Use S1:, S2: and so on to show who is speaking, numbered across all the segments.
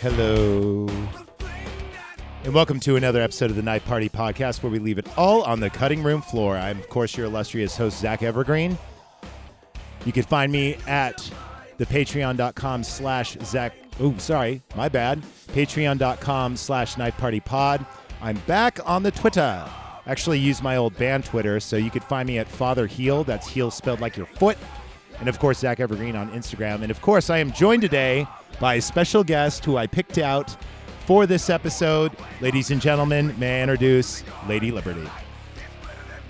S1: Hello. And welcome to another episode of the Night Party Podcast where we leave it all on the cutting room floor. I'm, of course, your illustrious host, Zach Evergreen. You can find me at the patreon.com slash Zach. Oh, sorry, my bad. Patreon.com slash Night Party Pod. I'm back on the Twitter. Actually, use my old band Twitter, so you could find me at Father Heel. That's heel spelled like your foot. And of course, Zach Evergreen on Instagram. And of course, I am joined today by a special guest who I picked out for this episode. Ladies and gentlemen, may I introduce Lady Liberty.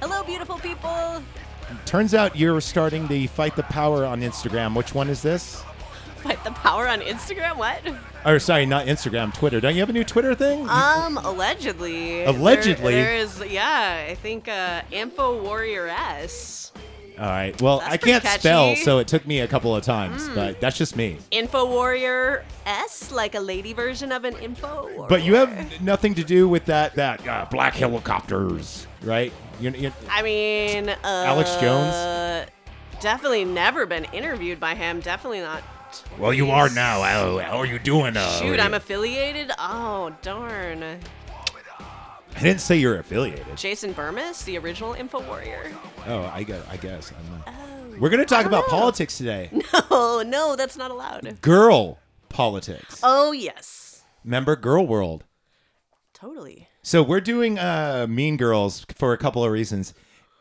S2: Hello, beautiful people.
S1: Turns out you're starting the Fight the Power on Instagram. Which one is this?
S2: Fight the power on Instagram. What?
S1: Or sorry, not Instagram, Twitter. Don't you have a new Twitter thing?
S2: Um, allegedly.
S1: Allegedly?
S2: There- there is, yeah. I think uh, Ampho Warrior S.
S1: All right. Well,
S2: that's
S1: I can't
S2: pretty
S1: spell,
S2: catchy. Hmm.
S1: so it took me a couple of times, but that's just me.
S2: Info Warrior S, like a lady version of an info. Warrior.
S1: But you have nothing to do with that that uh, black helicopters, right? You're, you're,
S2: I mean, uh,
S1: Alex Jones?
S2: Definitely never been interviewed by him. Definitely not.
S1: well, Oh, you are now. How, how are you doing? Uh,
S2: Shoot, I'm affiliated. Oh darn!
S1: I didn't say you're affiliated.
S2: Jason Burmis, the original Info Warrior.
S1: Oh, I guess. I guess. I'm not. We're gonna talk about politics today.
S2: Oh no, that's not allowed.
S1: Girl politics.
S2: Oh yes,
S1: Remember Girl World.
S2: totally.
S1: So we're doing uh, Mean Girls for a couple of reasons.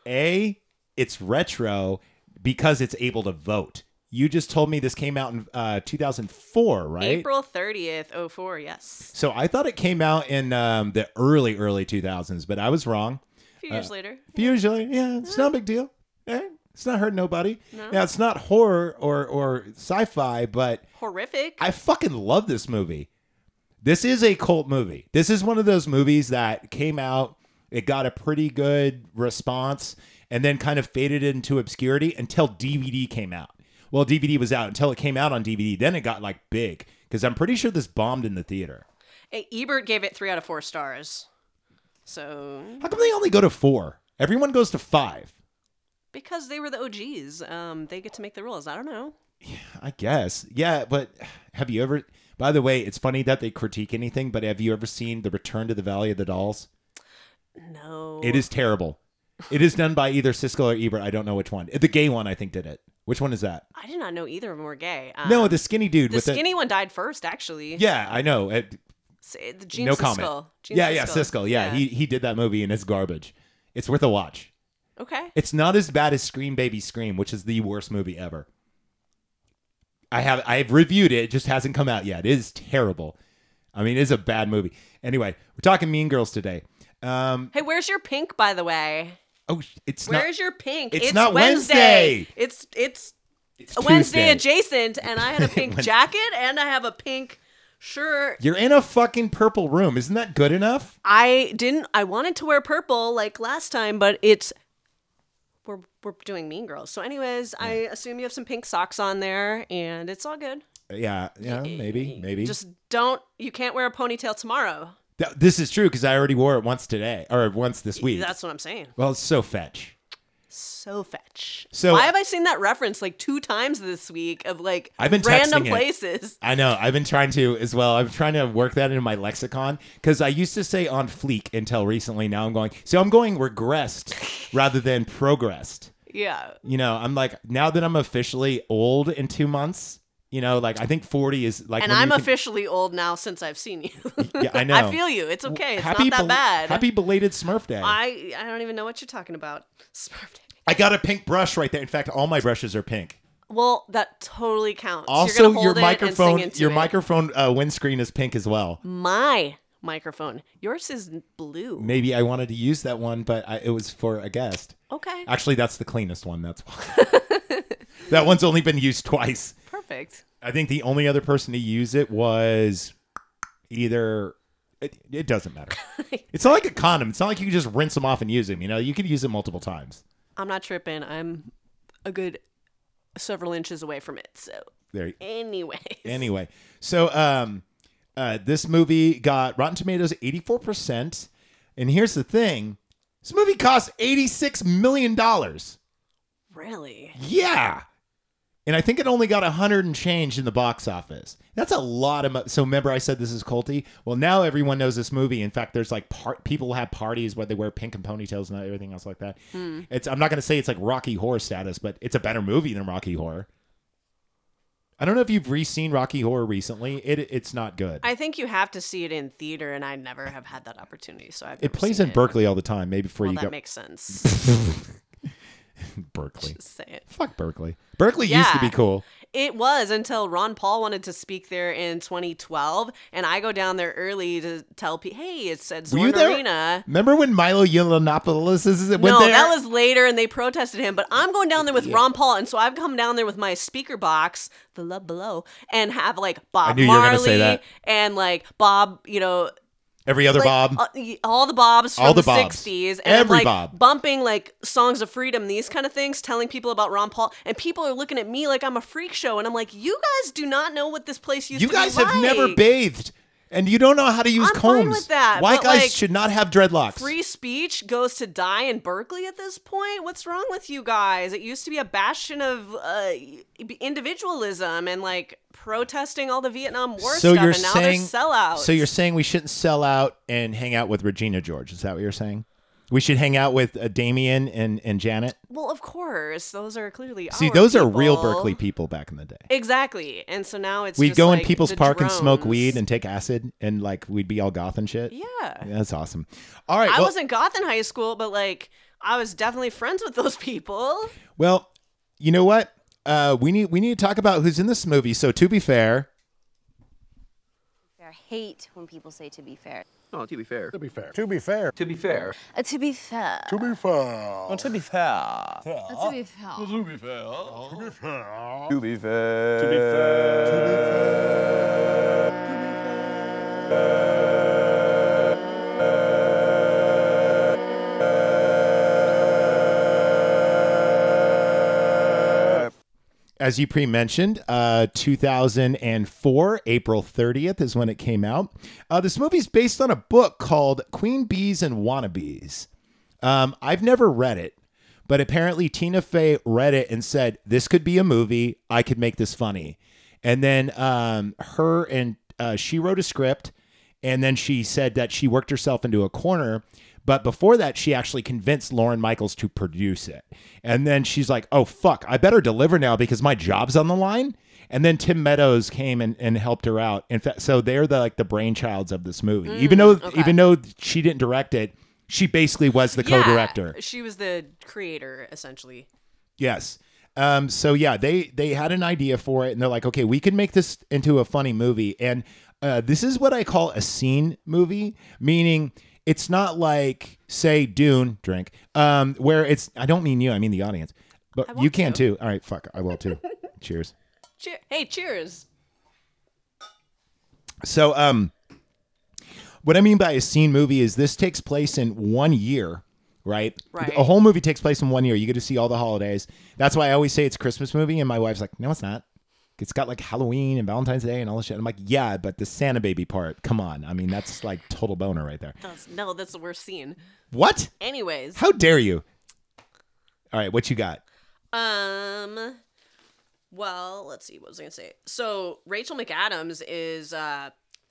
S1: A, it's retro because it's able to vote. You just told me this came out in uh, 2004, right?
S2: April 30th, 04, yes.
S1: So I thought it came out in um, the early, early 2000s, but I was wrong.
S2: A few years later.
S1: Usually, yeah, it's not a big deal. Eh, it's not hurting nobody. Now, it's not horror or, or sci fi, but
S2: Horrific.
S1: I fucking love this movie. This is a cult movie. This is one of those movies that came out, it got a pretty good response, and then kind of faded into obscurity until DVD came out. Well, DVD was out until it came out on DVD. Then it got like big because I'm pretty sure this bombed in the theater.
S2: Eh, Ebert gave it three out of four stars. So,
S1: How come they only go to four? Everyone goes to five.
S2: because they were the OGs, um, they get to make the rules. I don't know.
S1: I guess. Yeah, but have you ever. By the way, it's funny that they critique anything, but have you ever seen The Return to the Valley of the Dolls?
S2: No.
S1: It is terrible. It is done by either Siskel or Ebert. I don't know which one. The gay one, I think, did it. Which one is that?
S2: I did not know either of them were gay. Um,
S1: No, the skinny dude
S2: the
S1: with
S2: skinny one died first, actually.
S1: the. Yeah, I know. It,
S2: S- eh, the Gene
S1: no
S2: Siskel.
S1: comment.
S2: Gene
S1: yeah, yeah, Siskel. Yeah, he he did that movie and it's garbage. It's worth a watch.
S2: Okay.
S1: It's not as bad as Scream Baby Scream, which is the worst movie ever. I have I've reviewed it. It just hasn't come out yet. It is terrible. I mean, it is a bad movie. Anyway, we're talking Mean Girls today. Um,
S2: Hey, where's your pink, by the way?
S1: oh, sh- it's not.
S2: Where's your pink?
S1: it's not Wednesday.
S2: It's it's
S1: it's
S2: a Wednesday
S1: Tuesday.
S2: adjacent, and I had a pink jacket and I have a pink shirt
S1: You're in a fucking purple room. Isn't that good enough?
S2: I didn't. I wanted to wear purple like last time, but it's we're we're doing Mean Girls. So, anyways, I assume you have some pink socks on there, and it's all good.
S1: Yeah, yeah, maybe, maybe.
S2: Just don't. You can't wear a ponytail tomorrow.
S1: Th- this is true because I already wore it once today or once this week.
S2: That's what I'm saying.
S1: well, it's so fetch.
S2: So fetch.
S1: So-
S2: why have I seen that reference like two times this week of like
S1: I've been
S2: random
S1: texting it.
S2: places?
S1: I know. I've been trying to as well. I'm trying to work that into my lexicon because I used to say on fleek until recently. Now I'm going. So I'm going regressed rather than progressed.
S2: Yeah.
S1: You know, I'm like now that I'm officially old in two months. You know, like I think 40 is like.
S2: And
S1: when
S2: I'm
S1: you can-
S2: officially old now since I've seen you.
S1: Yeah, I know.
S2: I feel you. It's okay. It's
S1: Happy
S2: not that
S1: bel-
S2: bad.
S1: Happy belated Smurf Day.
S2: I I don't even know what you're talking about. Smurf Day.
S1: I got a pink brush right there. In fact, all my brushes are pink.
S2: Well, that totally counts. You're
S1: Also,
S2: gonna hold
S1: your
S2: it and
S1: microphone,
S2: sing into
S1: your
S2: it.
S1: microphone uh, windscreen is pink as well.
S2: my microphone. Yours is blue.
S1: Maybe I wanted to use that one, but I, it was for a guest.
S2: Okay,
S1: Actually, that's the cleanest one. That's why. that one's only been used twice.
S2: perfect.
S1: I think the only other person to use it was either. It, it doesn't matter. it's not like a condom. It's not like you can just rinse them off and use them. You know, you could use it multiple times.
S2: I'm not tripping. I'm a good several inches away from it. So,
S1: There. you-
S2: anyway,
S1: Anyway, so um, uh, this movie got Rotten Tomatoes 84%. And here's the thing this movie cost $86 million.
S2: really,
S1: Yeah. And I think it only got a hundred and change in the box office. That's a lot of. Mo- so remember, I said this is culty. Well, now everyone knows this movie. In fact, there's like part people have parties where they wear pink and ponytails and everything else like that.
S2: Hmm.
S1: It's. I'm not gonna say it's like Rocky Horror status, but it's a better movie than Rocky Horror. I don't know if you've re-seen Rocky Horror recently. It it's not good.
S2: I think you have to see it in theater, and I never have had that opportunity. So I've
S1: it
S2: never
S1: plays
S2: seen
S1: in Berkeley all the time. Maybe before
S2: Well,
S1: you
S2: that
S1: go
S2: makes sense.
S1: Berkeley.
S2: Just say it.
S1: Fuck Berkeley. Berkeley used to
S2: Yeah.
S1: be cool.
S2: It was until Ron Paul wanted to speak there in 2012, and I go down there early to tell people, "Hey, it's at
S1: Were you
S2: Zorn
S1: there?
S2: Arena."
S1: Remember when Milo Yiannopoulos is- went
S2: No,
S1: there?
S2: that was later, and they protested him. But I'm going down there with Ron Paul, and so I've come down there with my speaker box, the love below, and have like Bob
S1: knew you were gonna say
S2: Marley
S1: that.
S2: and like Bob, you know,
S1: every other
S2: like,
S1: Bob.
S2: uh, y- all the Bobs from
S1: All the
S2: the,
S1: Bobs.
S2: 60s, and
S1: Every
S2: like
S1: Bob.
S2: bumping like songs of freedom, these kind of things, telling people about Ron Paul, and people are looking at me like I'm a freak show, and I'm like, you guys do not know what this place used
S1: you
S2: to be
S1: guys have never
S2: like."
S1: bathed, and you don't know how to use
S2: I'm
S1: combs.
S2: fine with that,
S1: White
S2: but,
S1: guys
S2: like,
S1: should not have dreadlocks.
S2: Free speech goes to die in Berkeley at this point. What's wrong with you guys? It used to be a bastion of uh, individualism and like protesting all the Vietnam War
S1: so
S2: stuff,
S1: you're
S2: and now
S1: saying
S2: they're sellouts.
S1: So you're saying we shouldn't sell out and hang out with Regina George? Is that what you're saying? We should hang out with uh, Damien and and Janet.
S2: well, of course, those are clearly
S1: See,
S2: our
S1: those are real
S2: people.
S1: Berkeley people back in the day.
S2: Exactly. And so now it's
S1: We'd
S2: just
S1: go
S2: like
S1: in People's
S2: the
S1: Park and smoke
S2: drones.
S1: weed and take acid, and like we'd be all goth and shit.
S2: Yeah.
S1: That's awesome. All right.
S2: I
S1: well,
S2: wasn't goth in high school, but like I was definitely friends with those people.
S1: Well, you know what? Uh, we need we need to talk about who's in this movie. So to be fair,
S3: I hate when people say to be fair.
S4: Oh, to be fair.
S5: To be fair. To be fair.
S4: To be fair.
S3: Uh, to be fair.
S5: To be fair.
S4: To be fair.
S3: to be fair.
S4: To be fair.
S1: as you pre mentioned, uh, 2004, April 30th is when it came out. Uh, this movie's based on a book called Queen Bees and Wannabes. Um, I've never read it, but apparently Tina Fey read it and said, This could be a movie. I could make this funny. And then um, her and uh, she wrote a script. And then she said that she worked herself into a corner. But before that, she actually convinced Lauren Michaels to produce it. And then she's like, oh, fuck, I better deliver now because my job's on the line. And then Tim Meadows came and, and helped her out. In fact, so they're the like the brainchilds of this movie. even though even though she didn't direct it, she basically was the
S2: Yeah,
S1: co-director.
S2: She was the creator, essentially.
S1: Yes. Um, so yeah, they they had an idea for it, and they're like, okay, we can make this into a funny movie, and uh, this is what I call a scene movie, meaning it's not like say Dune drink, um, where it's I don't mean you, I mean the audience, but you can too. All right, fuck, I will too. Cheers.
S2: Cheer- hey, cheers.
S1: So, um, what I mean by a scene movie is this takes place in one year, right?
S2: Right.
S1: A whole movie takes place in one year. You get to see all the holidays. That's why I always say it's a Christmas movie, and my wife's like, "No, it's not. It's got like Halloween and Valentine's Day and all this shit." I'm like, "Yeah, but the Santa baby part. Come on. I mean, that's like total boner right there.
S2: That's- no, that's the worst scene.
S1: What?
S2: Anyways,
S1: How dare you? All right, what you got?
S2: um, well, let's see. What was I gonna say? So Rachel McAdams is uh,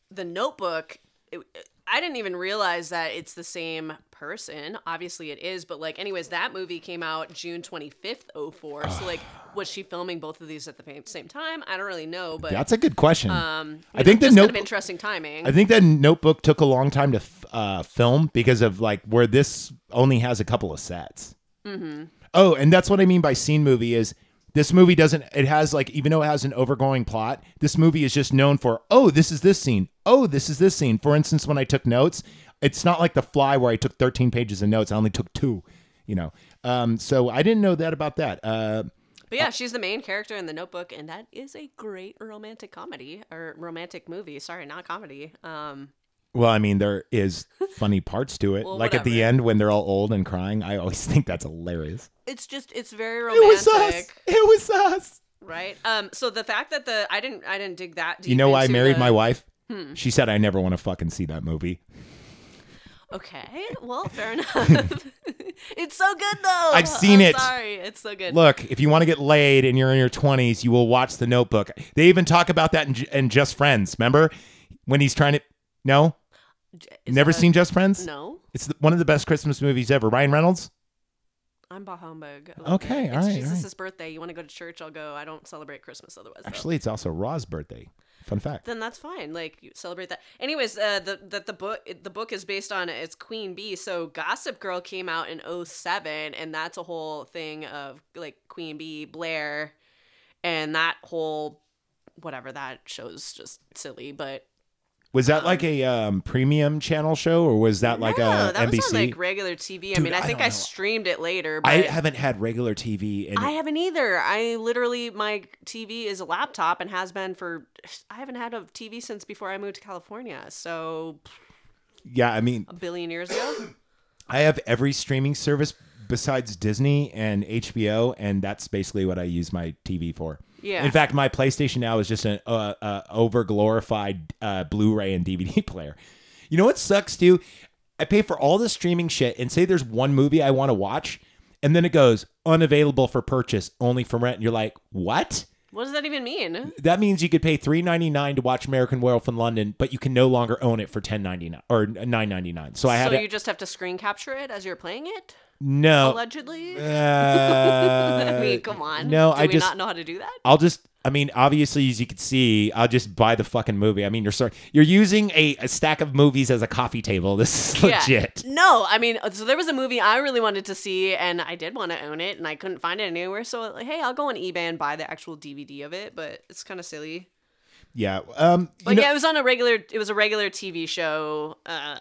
S2: the Notebook. It, I didn't even realize that it's the same person. Obviously, it is, but like, anyways, that movie came out June twenty fifth, 04. So like,
S1: Ah.
S2: was she filming both of these at the fa- same time? I don't really know, but
S1: That's a good question.
S2: um,
S1: I think the
S2: that's kind of
S1: note.
S2: interesting timing.
S1: I think that notebook took a long time to f- uh, film because of like where this only has a couple of sets.
S2: Mm-hmm.
S1: Oh, and that's what I mean by scene movie is this movie doesn't. It has like even though it has an overgoing plot, this movie is just known for oh this is this scene, oh this is this scene. For instance, when I took notes, it's not like The Fly where I took thirteen pages of notes. I only took two, you know. Um, so I didn't know that about that. Uh,
S2: But yeah, she's the main character in The Notebook, and that is a great romantic comedy or romantic movie. Sorry, not comedy. Um,
S1: Well, I mean, there is funny parts to it.
S2: Well,
S1: like at the
S2: whatever.
S1: end when they're all old and crying, I always think that's hilarious.
S2: it's just it's very
S1: It was us.
S2: romantic,
S1: It was us.
S2: right? Um, so the fact that the I didn't I didn't dig that. Deep
S1: You know why I
S2: into
S1: married
S2: the-
S1: my wife? She said I never want to fucking see that movie.
S2: Okay, well, fair enough. it's so good though.
S1: I've seen
S2: I'm
S1: it.
S2: Sorry, it's so good.
S1: Look, if you want to get laid and you're in your 20s, you will watch The Notebook. They even talk about that in, J- in Just Friends. Remember when he's trying to? No,
S2: Is
S1: never
S2: that-
S1: seen Just Friends.
S2: No,
S1: It's the, one of the best Christmas movies ever. Ryan Reynolds.
S2: I'm bah humbug. I love
S1: Okay,
S2: it.
S1: all
S2: it's
S1: right, all
S2: Jesus'
S1: right.
S2: birthday. You want to go to church? I'll go. I don't celebrate Christmas otherwise. though.
S1: Actually, it's also Ra's birthday. Fun fact.
S2: then that's fine. Like you celebrate that. Anyways, uh, the that the book it- the book is based on it's Queen Bee. So Gossip Girl came out in 07 and that's a whole thing of like Queen Bee, Blair, and that whole whatever that show's just silly. But
S1: Was that like a um, premium channel show or was that like uh,
S2: no,
S1: a
S2: oh, that
S1: NBC?
S2: was on like regular TV. I
S1: Dude,
S2: mean, I
S1: I
S2: think
S1: don't
S2: I,
S1: know.
S2: streamed it later. But
S1: I haven't had regular TV in
S2: I haven't either. I literally my TV is a laptop and has been for I haven't had a TV since before I moved to California. So
S1: yeah, I mean,
S2: a billion years ago.
S1: I have every streaming service besides Disney and HBO, and that's basically what I use my TV for.
S2: Yeah.
S1: In fact, my PlayStation now is just an uh, uh, over glorified uh, Blu-ray and DVD player. You know what sucks too? I pay for all the streaming shit, and say there's one movie I want to watch, and then it goes unavailable for purchase, only for rent. And you're like, what?
S2: What does that even mean?
S1: That means you could pay three ninety nine to watch American Werewolf in London, but you can no longer own it for ten ninety nine or nine ninety nine. So I had
S2: So
S1: to, Oh.
S2: you just have to screen capture it as you're playing it,
S1: no.
S2: allegedly.
S1: Uh,
S2: I mean, come on.
S1: No,
S2: Do
S1: I
S2: we
S1: just,
S2: not know how to do that?
S1: I'll just. I mean, obviously, as you can see, I'll just buy the fucking movie. I mean, you're sorry, you're using a, a stack of movies as a coffee table. This is
S2: Yeah.
S1: legit.
S2: No, I mean, so there was a movie I really wanted to see, and I did want to own it, and I couldn't find it anywhere. So, like, hey, I'll go on eBay and buy the actual DVD of it, but it's kind of silly.
S1: Yeah. Um. you
S2: But
S1: know-
S2: yeah, it was on a regular. It was a regular TV show. Uh,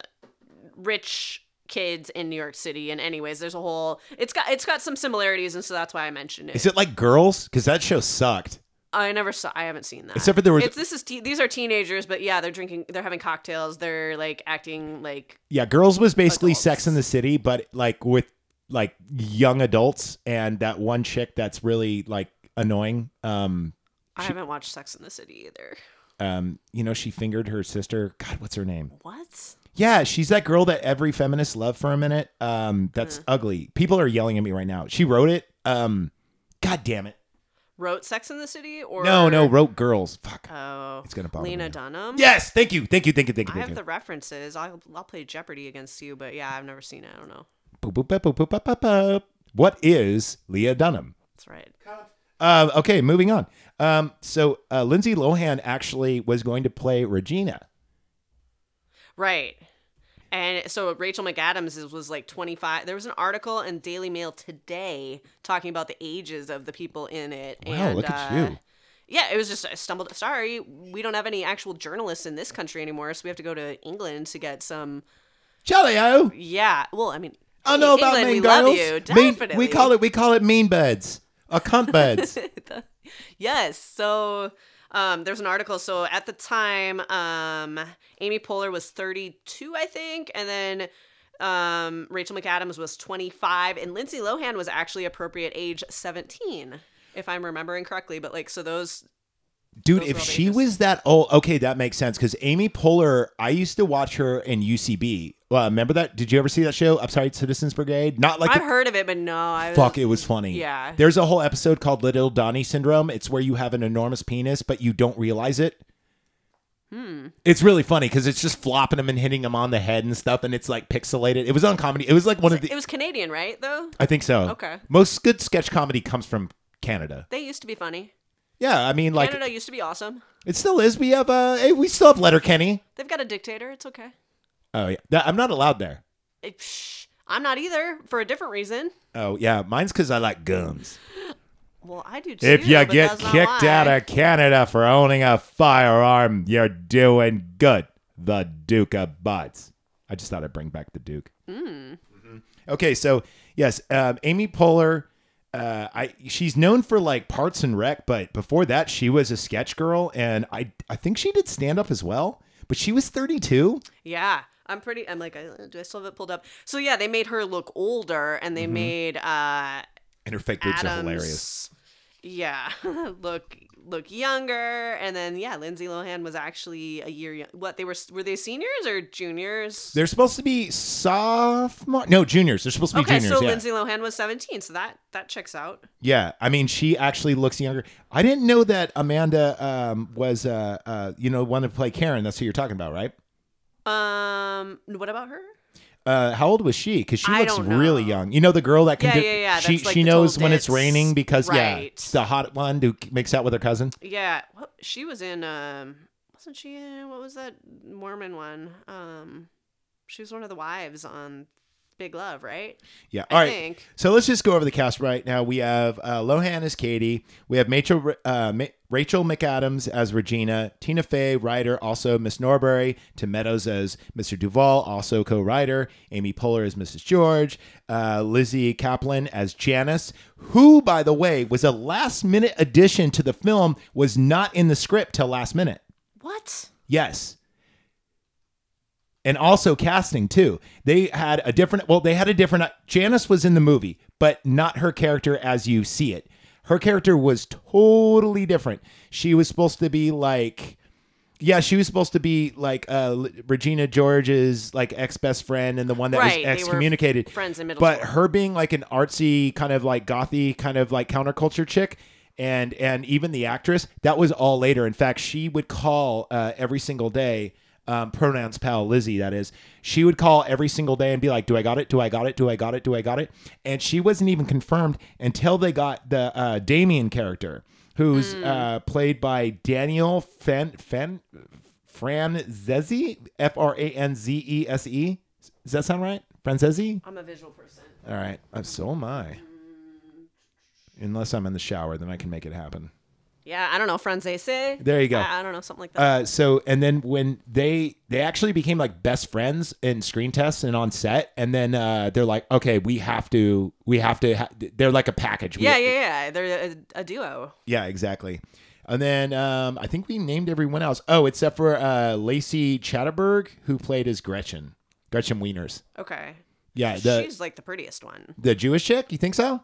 S2: rich kids in New York City, and anyways, there's a whole. It's got it's got some similarities, and so that's why I mentioned it.
S1: is it like Girls? Because that show sucked.
S2: I never saw. I haven't seen that.
S1: Except for there was-
S2: It's, this is te- these are teenagers, but yeah, they're drinking. They're having cocktails. They're like acting like
S1: Yeah, Girls was basically
S2: Adults.
S1: Sex in the City, but like with like young adults and that one chick that's really like annoying. Um.
S2: I haven't watched Sex in the City either.
S1: Um. You know, she fingered her sister. God, what's her name?
S2: What?
S1: Yeah, she's that girl that every feminist loved for a minute. Um, that's
S2: Mm-hmm.
S1: ugly. People are yelling at me right now. She wrote it. Um, God damn it.
S2: Wrote Sex in the City or
S1: No, no, wrote girls. Fuck.
S2: Oh,
S1: It's gonna bother
S2: Lena
S1: me.
S2: Dunham.
S1: Yes, thank you, thank you, thank you, thank you,
S2: I
S1: thank
S2: have
S1: you.
S2: the references. I'll I'll play Jeopardy against you, but yeah, I've never seen it. I don't know.
S1: Boop, boop, boop, boop, boop, boop, boop, boop. What is Leah Dunham?
S2: That's right.
S1: Uh, okay, moving on. Um, so uh, Lindsay Lohan actually was going to play Regina.
S2: Right. And so Rachel McAdams is, was like 25. There was an article in Daily Mail today talking about the ages of the people in it.
S1: Wow,
S2: and,
S1: look at
S2: uh,
S1: you.
S2: Yeah, it was just I stumbled. Sorry, we don't have any actual journalists in this country anymore, so we have to go to England to get some.
S1: Jolly-o.
S2: Yeah, well, I mean,
S1: I know about
S2: England,
S1: mean
S2: we love
S1: girls.
S2: you,
S1: Mean-
S2: definitely.
S1: we call it we call it mean birds or cunt birds.
S2: Yes. So um, there's an article. So at the time, um, Amy Poehler was 32, I think, and then um, Rachel McAdams was 25, and Lindsay Lohan was actually appropriate age 17, if I'm remembering correctly. But like, so those
S1: Dude,
S2: Those
S1: if
S2: were all the
S1: she
S2: ages.
S1: was that old, okay, that makes sense. Because Amy Poehler, I used to watch her in UCB. Well, Uh, remember that? Did you ever see that show, Upside Citizens Brigade? Not like
S2: I've
S1: the
S2: heard of it, but no, I
S1: fuck. It was funny.
S2: Yeah.
S1: There's a whole episode called Little Donnie Syndrome. It's where you have an enormous penis, but you don't realize it. Hmm. It's really funny because it's just flopping him and hitting him on the head and stuff, and it's like pixelated. It was on comedy. It was like one of the.
S2: It was Canadian, right? Though
S1: I think so.
S2: Okay.
S1: Most good sketch comedy comes from Canada.
S2: they used to be funny.
S1: Yeah, I mean, like
S2: Canada used to be awesome.
S1: it still is. We have uh, hey, we still have Letterkenny.
S2: They've got a dictator. It's okay.
S1: Oh yeah, That- I'm not allowed there.
S2: It- psh, I'm not either for a different reason.
S1: Oh yeah, mine's because I like guns.
S2: Well, I do too.
S1: If you
S2: but
S1: get
S2: that's not
S1: kicked
S2: why.
S1: out of Canada for owning a firearm, you're doing good. The Duke abides. I just thought I'd bring back the Duke.
S2: Hmm.
S1: Mhm. Okay, so yes, um, Amy Poehler. Uh, I she's known for like Parts and Rec, but before that she was a sketch girl, and I I think she did stand up as well. But she was 32.
S2: Yeah, I'm pretty. I'm like, uh, do I still have it pulled up? So yeah, they made her look older, and they made uh
S1: And her fake Mm-hmm. boobs are hilarious.
S2: Adams yeah look look younger and then yeah lindsay lohan was actually a year young what they were were they seniors or juniors
S1: They're supposed to be sophomore. No, juniors. They're supposed to be
S2: okay
S1: juniors.
S2: so
S1: yeah.
S2: lindsay lohan was 17 so that that checks out
S1: Yeah, I mean, she actually looks younger. I didn't know that Amanda um, was, uh, uh, you know, one to play Karen. That's who you're talking about, right?
S2: um what about her
S1: Uh, how old was she? Because she
S2: I
S1: looks
S2: don't know.
S1: really young. You know, the girl that can
S2: Yeah,
S1: do.
S2: yeah, yeah,
S1: She
S2: that's like
S1: she
S2: the total
S1: knows when it's
S2: ditz.
S1: raining because
S2: Right.
S1: yeah, the hot one who makes out with her cousin.
S2: yeah what, she was in um wasn't she in what was that mormon one um she was one of the wives on big love right
S1: Yeah.
S2: I
S1: All right.
S2: think.
S1: So let's just go over the cast right now. We have uh, Lohan as Katie. We have Rachel, uh, Ma- Rachel McAdams as Regina. Tina Fey, writer, also Miss Norbury. Tim Meadows as Mr. Duval, also co-writer. Amy Poehler as Mrs. George. Uh, Lizzie Kaplan as Janice, who, by the way, was a last-minute addition to the film, was not in the script till last minute.
S2: what
S1: Yes. And also casting too. They had a different well, they had a different Janice was in the movie, but not her character as you see it. Her character was totally different. She was supposed to be like yeah, she was supposed to be like uh, L- Regina George's like ex best friend and the one that
S2: Right,
S1: was
S2: they were
S1: excommunicated.
S2: friends in middle
S1: but
S2: school.
S1: her being like an artsy kind of like gothy kind of like counterculture chick and and even the actress that was all later in fact she would call uh, every single day um, pronouns pal lizzie that is she would call every single day and be like do i got it do i got it do i got it do i got it and she wasn't even confirmed until they got the uh, damien character who's uh, played by daniel Fen Fen franzese f-r-a-n-z-e-s-e E does that sound right franzese
S2: i'm a visual person
S1: all right. Uh, so am I. Unless I'm in the shower, then I can make it happen.
S2: yeah i don't know francese
S1: There you go.
S2: i, I don't know something like that
S1: Uh, so and then when they they actually became like best friends in screen tests and on set, and then uh, they're like, okay, we have to, we have to. Ha- they're like a package. We-
S2: yeah yeah yeah they're a, a duo
S1: yeah, exactly. And then um, I think we named everyone else. Oh, except for uh, Lacey Chatterberg, who played as Gretchen, Gretchen Wieners.
S2: okay
S1: Yeah, the
S2: she's like the prettiest one
S1: the Jewish chick. You think so?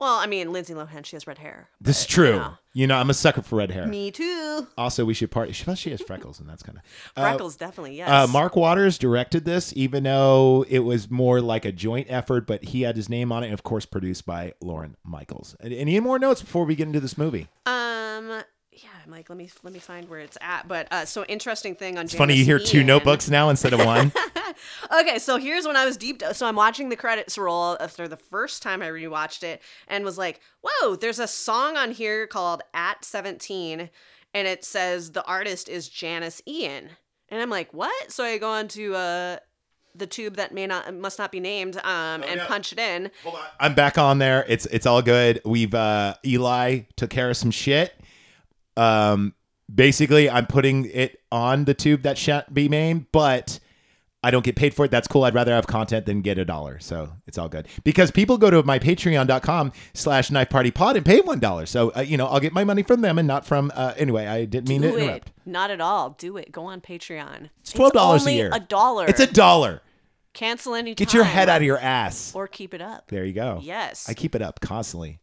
S2: well i mean lindsay lohan she has red hair
S1: This is true. You know, I'm a sucker for red hair.
S2: me too
S1: Also, we should party. She, plus she has freckles, and that's kind of.
S2: freckles definitely yes
S1: Uh, Mark Waters directed this, even though it was more like a joint effort, but he had his name on it, and of course, produced by Lauren Michaels. And, any more notes before we get into this movie?
S2: Um. Yeah, I'm like, let me let me find where it's at. But uh, so interesting thing on. E
S1: It's funny you hear two notebooks now instead of one.
S2: Okay, so here's when I was deep. So I'm watching the credits roll after the first time I rewatched it and was like, whoa, there's a song on here called "At 17," and it says the artist is Janice Ian, and I'm like, what? So I go on to uh, the tube that may not must not be named um, and
S1: no.
S2: punch it in.
S1: I'm back on there. It's it's all good. We've uh, Eli took care of some shit. Um, basically, I'm putting it on the tube that shan't be named, but I don't get paid for it. That's cool. I'd rather have content than get a dollar, so it's all good. Because people go to my Patreon.com/slash Knife Party Pod and pay one dollar. So uh, you know, I'll get my money from them and not from. Uh, anyway, I didn't mean
S2: Do
S1: to
S2: it.
S1: interrupt.
S2: Not at all. Do it. Go on Patreon. It's
S1: Twelve dollars a
S2: only
S1: year.
S2: A dollar.
S1: It's a dollar.
S2: Cancel any.
S1: Get your
S2: time
S1: head out of your ass.
S2: Or keep it up.
S1: There you go.
S2: Yes.
S1: I keep it up constantly.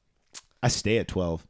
S1: I stay at twelve.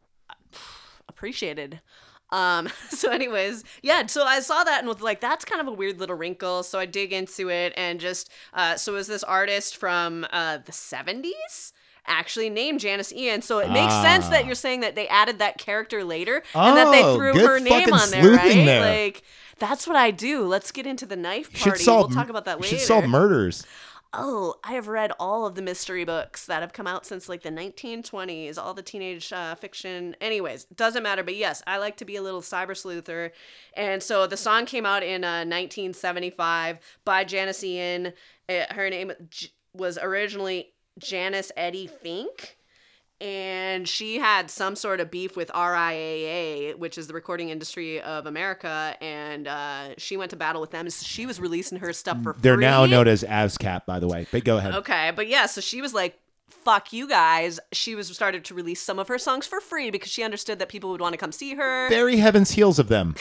S2: Appreciated. Um. So, anyways, yeah. So I saw that and was like, that's kind of a weird little wrinkle. So I dig into it and just. Uh, so is this artist from uh, the seventies? Actually, named Janice Ian, so it makes sense that you're saying that they added that character later and that they
S1: Ah. Oh,
S2: threw
S1: good
S2: her name
S1: fucking
S2: on there, right?
S1: sleuthing there.
S2: Like, that's what I do. Let's get into the knife
S1: You
S2: party. we'll talk about that
S1: you
S2: later.
S1: Should solve murders.
S2: oh, I have read all of the mystery books that have come out since like the 1920s, all the teenage uh, fiction. Anyways, doesn't matter. But yes, I like to be a little cyber sleuther. And so the song came out in uh, 1975 by Janice Ian. Uh, her name J- was originally Janice Eddie Fink and she had some sort of beef with RIAA, which is the Recording Industry of America, and uh, she went to battle with them. She was releasing her stuff for
S1: They're
S2: free.
S1: now known as ASCAP, by the way. But go ahead.
S2: Okay, but yeah, so she was like, "Fuck you guys." She was started to release some of her songs for free because she understood that people would want to come see her.
S1: Very heaven's heels of them.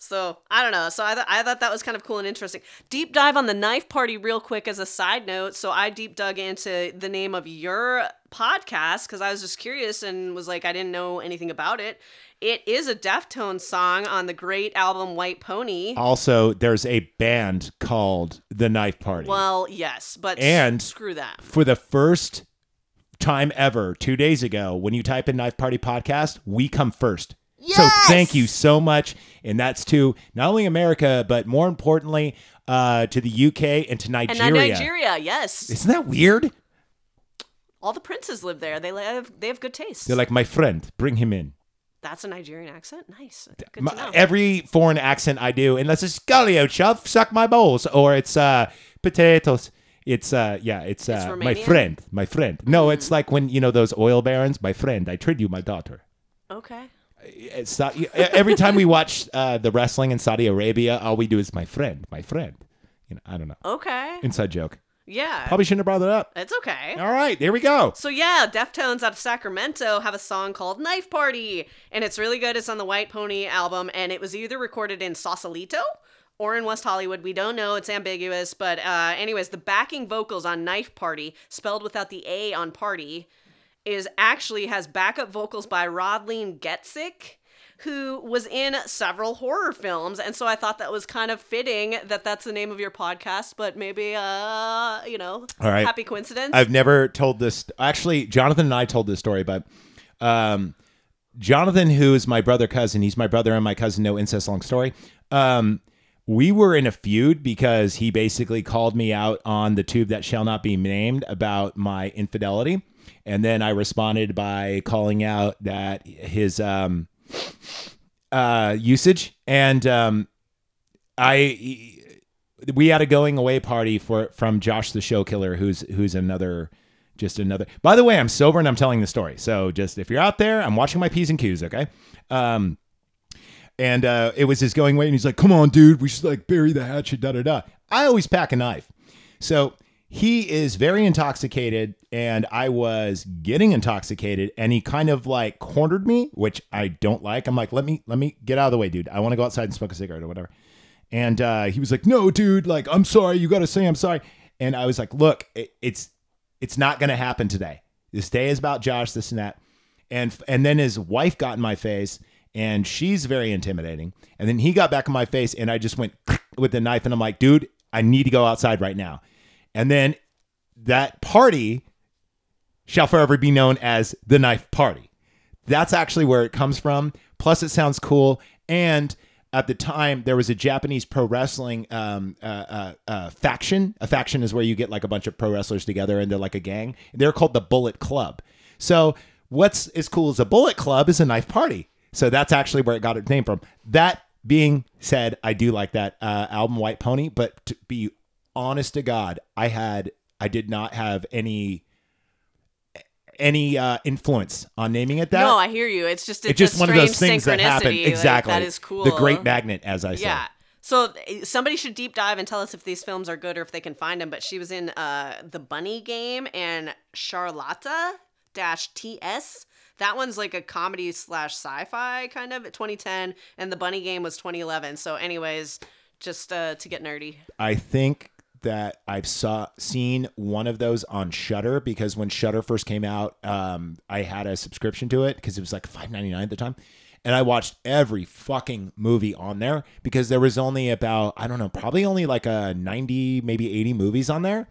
S2: So I don't know. So I, th- I thought that was kind of cool and interesting. Deep dive on the knife party, real quick, as a side note. So I deep dug into the name of your podcast because I was just curious and was like, I didn't know anything about it. It is a Deftones song on the great album White Pony.
S1: Also, there's a band called The Knife Party.
S2: Well, yes, but s-
S1: And-
S2: screw that.
S1: For the first time ever, two days ago, when you type in Knife Party Podcast, we come first. So thank you so much. And that's to not only America, but more importantly, uh, to the UK and to
S2: And
S1: Nigeria.
S2: then Nigeria, yes,
S1: Isn't that weird?
S2: all the princes live there. They have they have good taste.
S1: They're like, my friend, bring him in.
S2: That's a Nigerian accent. Nice. Good
S1: My-
S2: to know.
S1: every foreign accent I do, unless it's Galio Chuff, suck my balls, or it's uh, potatoes. It's uh, yeah, it's, uh, my
S2: Romanian? Mm.
S1: friend, my friend. No, it's like when you know those oil barons. My friend, I trade you my daughter.
S2: okay.
S1: It's not, e- every time we watch uh, the wrestling in Saudi Arabia, all we do is my friend, my friend. You know, I don't know.
S2: Okay.
S1: Inside joke.
S2: Yeah.
S1: Probably shouldn't have brought that up.
S2: It's okay.
S1: All right, there we go.
S2: So yeah, Deftones out of Sacramento have a song called Knife Party, and it's really good. It's on the White Pony album, and it was either recorded in Sausalito or in West Hollywood. We don't know; it's ambiguous. But uh, anyways, the backing vocals on Knife Party, spelled without the A on party, is actually has backup vocals by Rodleen Getzik. Who was in several horror films, and so I thought that was kind of fitting that that's the name of your podcast. But maybe, uh, you know,
S1: All right.
S2: happy coincidence.
S1: I've never told this. Actually, Jonathan and I told this story, but um, Jonathan, who is my brother cousin, he's my brother and my cousin. No incest. Long story. Um, we were in a feud because he basically called me out on the tube that shall not be named about my infidelity, and then I responded by calling out that his um, uh, usage and um, I we had a going away party for from Josh the Show Killer, who's who's another just another. By the way, I'm sober and I'm telling the story. So just if you're out there, I'm watching my p's and q's. Okay. Um, and uh, it was his going away, and he's like, "Come on, dude, we should like bury the hatchet." Da da da. I always pack a knife, so he is very intoxicated, and I was getting intoxicated, and he kind of like cornered me, which I don't like. I'm like, "Let me, let me get out of the way, dude. I want to go outside and smoke a cigarette or whatever." And uh, he was like, "No, dude, like I'm sorry. You got to say I'm sorry." And I was like, "Look, it, it's it's not going to happen today. This day is about Josh, this and that. And and then his wife got in my face, and she's very intimidating. And then he got back in my face, and I just went with the knife, and I'm like, dude, I need to go outside right now. And then that party shall forever be known as the knife party. That's actually where it comes from. Plus, it sounds cool. And at the time, there was a Japanese pro wrestling um, uh, uh, uh, faction. A faction is where you get like a bunch of pro wrestlers together and they're like a gang. They're called the Bullet Club. So, what's as cool as a Bullet Club is a knife party. So, that's actually where it got its name from. That being said, I do like that uh, album, White Pony. But to be honest to God, I had, I did not have any. Any uh, influence on naming it that?
S2: no, I hear you. It's just it's,
S1: it's just
S2: a
S1: one of those things
S2: strange
S1: that happen.
S2: synchronicity, like,
S1: Exactly.
S2: that is cool.
S1: The great magnet, as I
S2: Yeah.
S1: say.
S2: So eh, somebody should deep dive and tell us if these films are good or if they can find them. But she was in uh, the Bunny Game and Charlotta Dash TS. That one's like a comedy slash sci-fi kind of 2010, and the Bunny Game was 2011. So, anyways, just uh, to get nerdy.
S1: I think that I've saw seen one of those on Shutter because when Shutter first came out, um, I had a subscription to it because it was like five ninety nine at the time, and I watched every fucking movie on there because there was only about I don't know probably only like a ninety maybe eighty movies on there,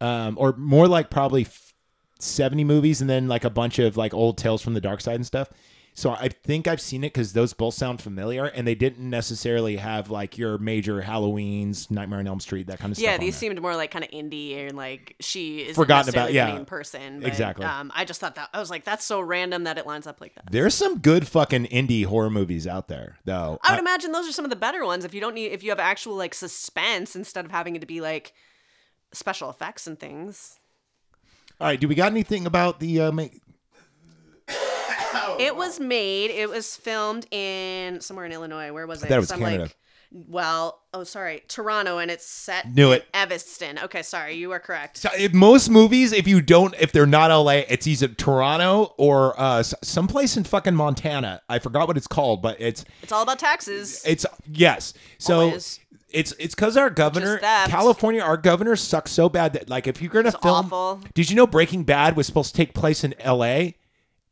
S1: um, or more like probably f- seventy movies and then like a bunch of like old tales from the dark side and stuff. So I think I've seen it because those both sound familiar, and they didn't necessarily have like your major Halloween's, Nightmare on Elm Street, that kind of stuff.
S2: Yeah,
S1: on
S2: these
S1: there.
S2: seemed more like kind of indie and like she is
S1: Forgotten about- yeah.
S2: the main person. But,
S1: Exactly.
S2: Um, I just thought that I was like, that's so random that it lines up like that.
S1: There's some good fucking indie horror movies out there, though.
S2: I would
S1: Uh,
S2: imagine those are some of the better ones if you don't need if you have actual like suspense instead of having it to be like special effects and things.
S1: all right, do we got anything about the? Uh, ma-
S2: it was made, it was filmed in somewhere in Illinois. Where was it?
S1: thought it was
S2: So I'm
S1: Canada.
S2: like Well, oh, sorry, Toronto, and it's set
S1: Knew
S2: in
S1: it.
S2: Evanston. Okay, sorry, you are correct.
S6: So if most movies, if you don't, if they're not LA, it's either Toronto or uh, s- someplace in fucking Montana. I forgot what it's called, but it's
S2: It's all about taxes.
S6: it's yes. So
S2: Always.
S6: it's it's because our governor,
S2: Just theft.
S6: California, our governor sucks so bad that like if you're gonna
S2: It's
S6: film,
S2: awful.
S6: did you know Breaking Bad was supposed to take place in L.A.